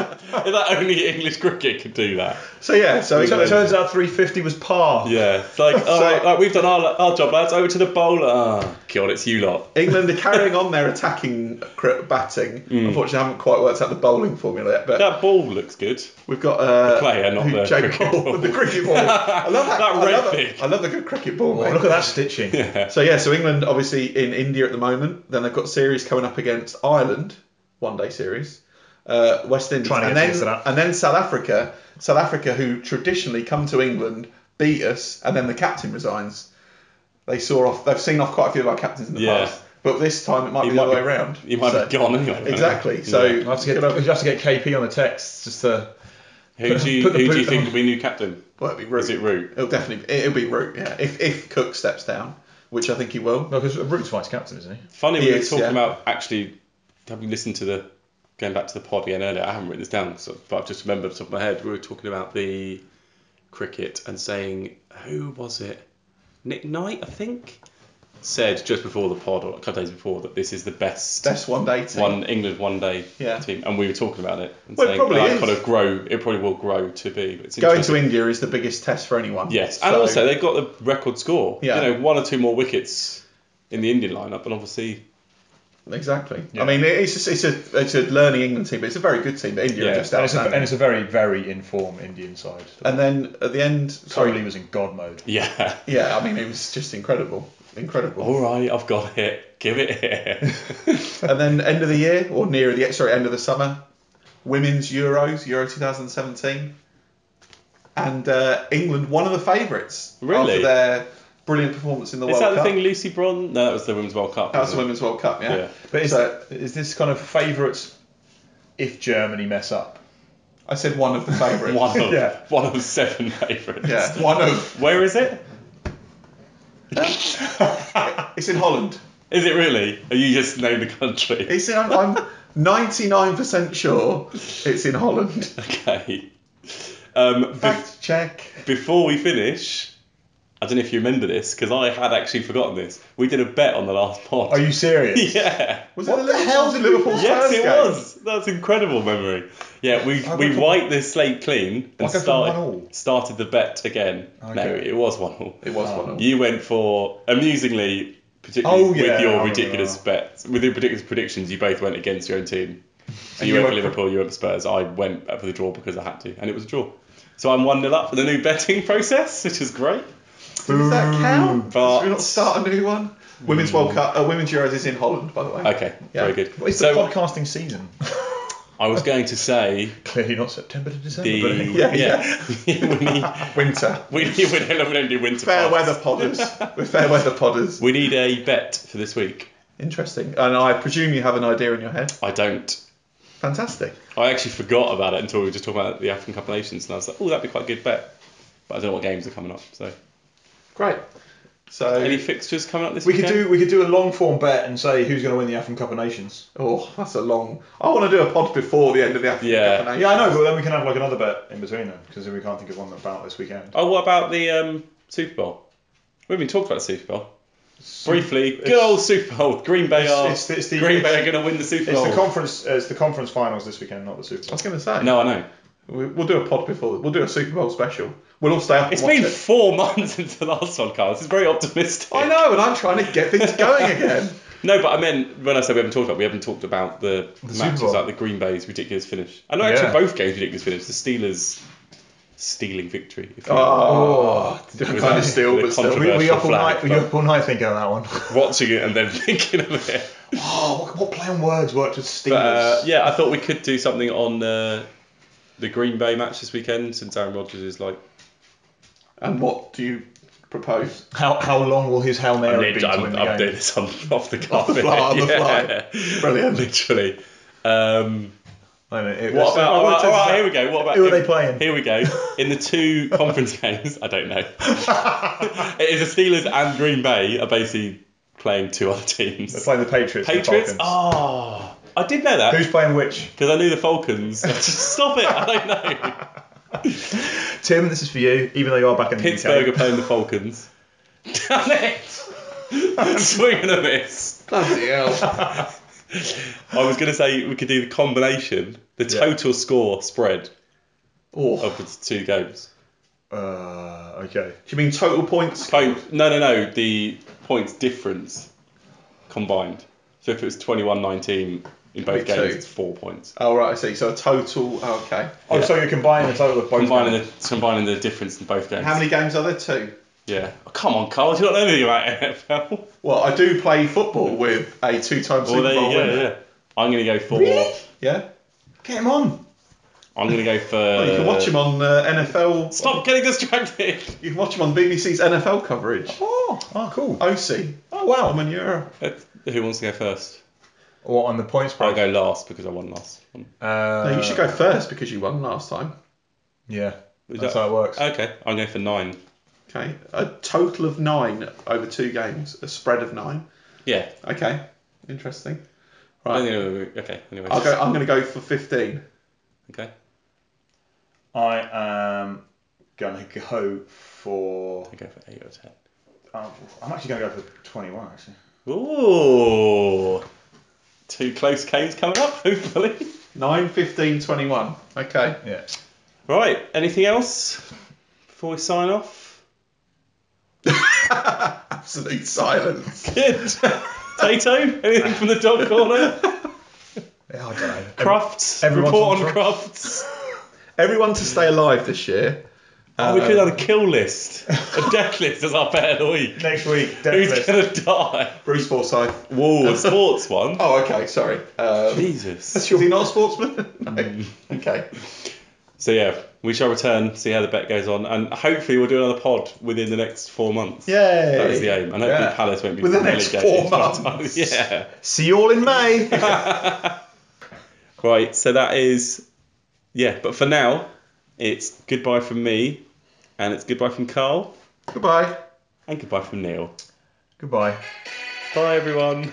that only English cricket could do that. So yeah, so So it England. turns out 350 was par. Yeah, it's like, oh, So- right, we've done our, our job, lads. Over to the bowler. Ah, God, it's you lot. England are carrying on their attacking cr- batting. Unfortunately, I haven't quite worked out the bowling formula yet, but That ball looks good. We've got uh, The player, not who- the Jake cricket Ball, ball. the cricket ball. I love that. That I, red love thing. I love a good cricket ball. Oh, mate. look at that stitching. So yeah, so England obviously in India at the moment. Then they've got series coming up against Ireland, one day series. Uh, West Indies, Trying to and get then used to that. and then South Africa. South Africa, who traditionally come to England, beat us, and then the captain resigns. They saw off. They've seen off quite a few of our captains in the Yeah. past, but this time it might He be the might other be- way around. he might So- be gone anyway. won't he? Exactly. So Yeah. We'll have, to get, we'll have to get KP on the text just to. Who do you, Put the who do you boot think on. will be new captain? Well, it'll be Root. Is it Root? It'll definitely it'll be Root. Yeah, if if Cook steps down, which I think he will. No, because Root's vice captain, isn't he? Funny, we were Yes, talking yeah. about actually having listened to the going back to the pod again earlier. I haven't written this down, so, but I've just remembered off the top of my head. We were talking about the cricket and saying who was it? Nick Knight, I think, said just before the pod or a couple of days before that this is the best Best one day team. one England one day Yeah. team, and we were talking about it and Well, it saying probably that is. kind of grow. It probably will grow to be. But it's Going interesting. to India is the biggest test for anyone. Yes, and So- also they've got the record score. Yeah. You know, one or two more wickets in the Indian lineup, and obviously exactly. Yeah. I mean, it's just, it's a it's a learning England team, but it's a very good team. But India Yeah, are just And it's, a, and outstanding. it's a very, very informed Indian side. And then at the end, sorry, Crowley was in God mode. yeah. yeah, I mean, it was just incredible, incredible. All right, I've got it. Give it here. And then end of the year or near the sorry end of the summer, women's Euros Euro 2017, and uh, England one of the favourites Really? after their brilliant performance in the Is World that the Cup. thing, Lucy Bronze? No, that was the Women's World Cup. That was the wasn't Women's World Cup, yeah. Yeah. But is, So- is this kind of favourites if Germany mess up? I said one of the it? favourites. One of Yeah. one of seven favourites. Yeah, one of. Where is it? It's in Holland. Is it really? Or you just named the country? It's in, I'm 99% sure it's in Holland. Okay. Um, bef- Fact check. before we finish, I don't know if you remember this because I had actually forgotten this. We did a bet on the last pod. Are you serious? yeah. Was What it the Liverpool- hell did Liverpool's we- Yes, first it game? was. That's incredible memory. Yeah, we I we reckon- wiped this slate clean I and reckon one all. started started the bet again. No, Okay. it was one all. It was one of You went for amusingly, particularly Oh, yeah, with I your remember ridiculous that. bets, with your ridiculous predictions. You both went against your own team. So And you, went for you went for- Liverpool, you went for Spurs. I went for the draw because I had to, and it was a draw. So I'm one 0 up for the new betting process, which is great. Does that count? But- Should we not start a new one? Women's World Cup, uh, Women's Euros is in Holland, by the way. Okay, Yeah. very good. It's so the podcasting season. I was going to say Clearly not September to December. the yeah, but Yeah, we need Winter. we need we don't, we don't do winter Fair pods. weather podders. We're fair weather podders. We need a bet for this week. Interesting. And I presume you have an idea in your head. I don't. Fantastic. I actually forgot about it until we were just talking about the African Cup of Nations, and I was like, oh, that'd be quite a good bet. But I don't know what games are coming up. So, Great. So any fixtures coming up this We could weekend? do we could do a long form bet and say who's going to win the African Cup of Nations. Oh, that's a long. I want to do a pod before the end of the African Yeah. Cup of Nations. Yeah, I know, but then we can have like another bet in between them because we can't think of one about this weekend. Oh, what about the um, Super Bowl? We haven't even talked about the Super Bowl. Briefly, good it's- old Super Bowl. Green Bay It's- are it's the- it's the- Green Bay it's- are going to win the Super It's Bowl. the conference. Uh, it's the conference finals this weekend, not the Super I Bowl. was going to say. no, I know. We- We'll do a pod before. We'll do a Super Bowl special. We'll all stay up It's and watch been it. four months since the last podcast. It's very optimistic. I know, and I'm trying to get things going again. No, but I meant when I said we haven't talked about, we haven't talked about the, Super matches Bowl. like the Green Bay's ridiculous finish. I know actually Yeah. both games ridiculous finish. The Steelers stealing victory. If you Oh, different Was kind that of steel, the but still. controversy? Were you up all flag, night? Were you but- up all night thinking on that one? will. watching it and then thinking of it. oh, what, what play on words worked with Steelers? But uh, yeah, I thought we could do something on uh, the Green Bay match this weekend since Aaron Rodgers is like. And what do you propose? How how long will his hail mary be I'm, to I'm, win the doing game? this on, off the carpet. fly, on the yeah. Brilliant. Literally. Um, I mean, it What was- about, I all would've right, said all right, that. here we go. What about oh, Who are they playing? Here we go. In the two conference games, I don't know. it is the Steelers and Green Bay are basically playing two other They're teams. playing the Patriots. and the Patriots. Falcons. Oh, I did know that Who's playing which? because I knew the Falcons. Just Stop it! I don't know. Tim, this is for you. Even though you are back in the Pittsburgh are UK. playing the Falcons. Damn it! Swing and a miss. Bloody hell. I was going to say we could do the combination, the Yeah. total score spread Oh. of the two games. Uh, okay. Do you mean total points? Point, no, no, no. The points difference combined. So if it was 21-19 in both It'd be games, two. it's four points. Oh, right, I see. So a total. oh, okay. Oh, so you're combining the total of both. Combining games. the combining the difference in both games. How many games are there? Two. Yeah. Oh, come on, Carl. Do you not know anything about NFL? Well, I do play football with a two-time Well, Super there you Bowl go. winner. Yeah. I'm gonna go for. Really? Yeah. Get him on. I'm gonna go for. Well, Oh, you can watch him on uh, NFL. Stop getting distracted. You can watch him on BBC's NFL coverage. Oh, oh, cool. OC. Oh wow, Manura. Who wants to go first? Or on the points I'll break. go last because I won last. Uh, No, you should go first because you won last time. Yeah, Is that's that- uh, how it works. Okay, I'll go for nine. Okay, a total of nine over two games, a spread of nine. Yeah. Okay, interesting. I Right, don't think- okay. Anyway. I'll go. I'm going to go for 15. Okay. I am gonna go for. I'll go for eight or ten. oh, I'm actually gonna go for 21. Actually, Ooh. Two close games coming up, hopefully. 9, 15, 21. Okay. yeah. Right, anything else before we sign off? Absolute silence. Good. Tato, anything from the dog corner? Yeah, I don't know. Crafts, everyone's report on on crafts. Everyone to stay alive this year. Oh, we could have a kill list, a death list as our bet of the week. Next week, Who's definitely. going to die? Bruce Forsyth. Whoa, a sports one. Oh, okay. Sorry. Um, Jesus. is he not a sportsman? no. Mm. Okay. So, yeah, we shall return, see how the bet goes on, and hopefully we'll do another pod within the next four months. Yay. That is the aim. And hopefully Yeah. Palace won't be Within the next relegated. four months. yeah. See you all in May. Right, so that is yeah, but for now, it's goodbye from me, and it's goodbye from Carl, Goodbye. and goodbye from Neil. Goodbye. Bye everyone.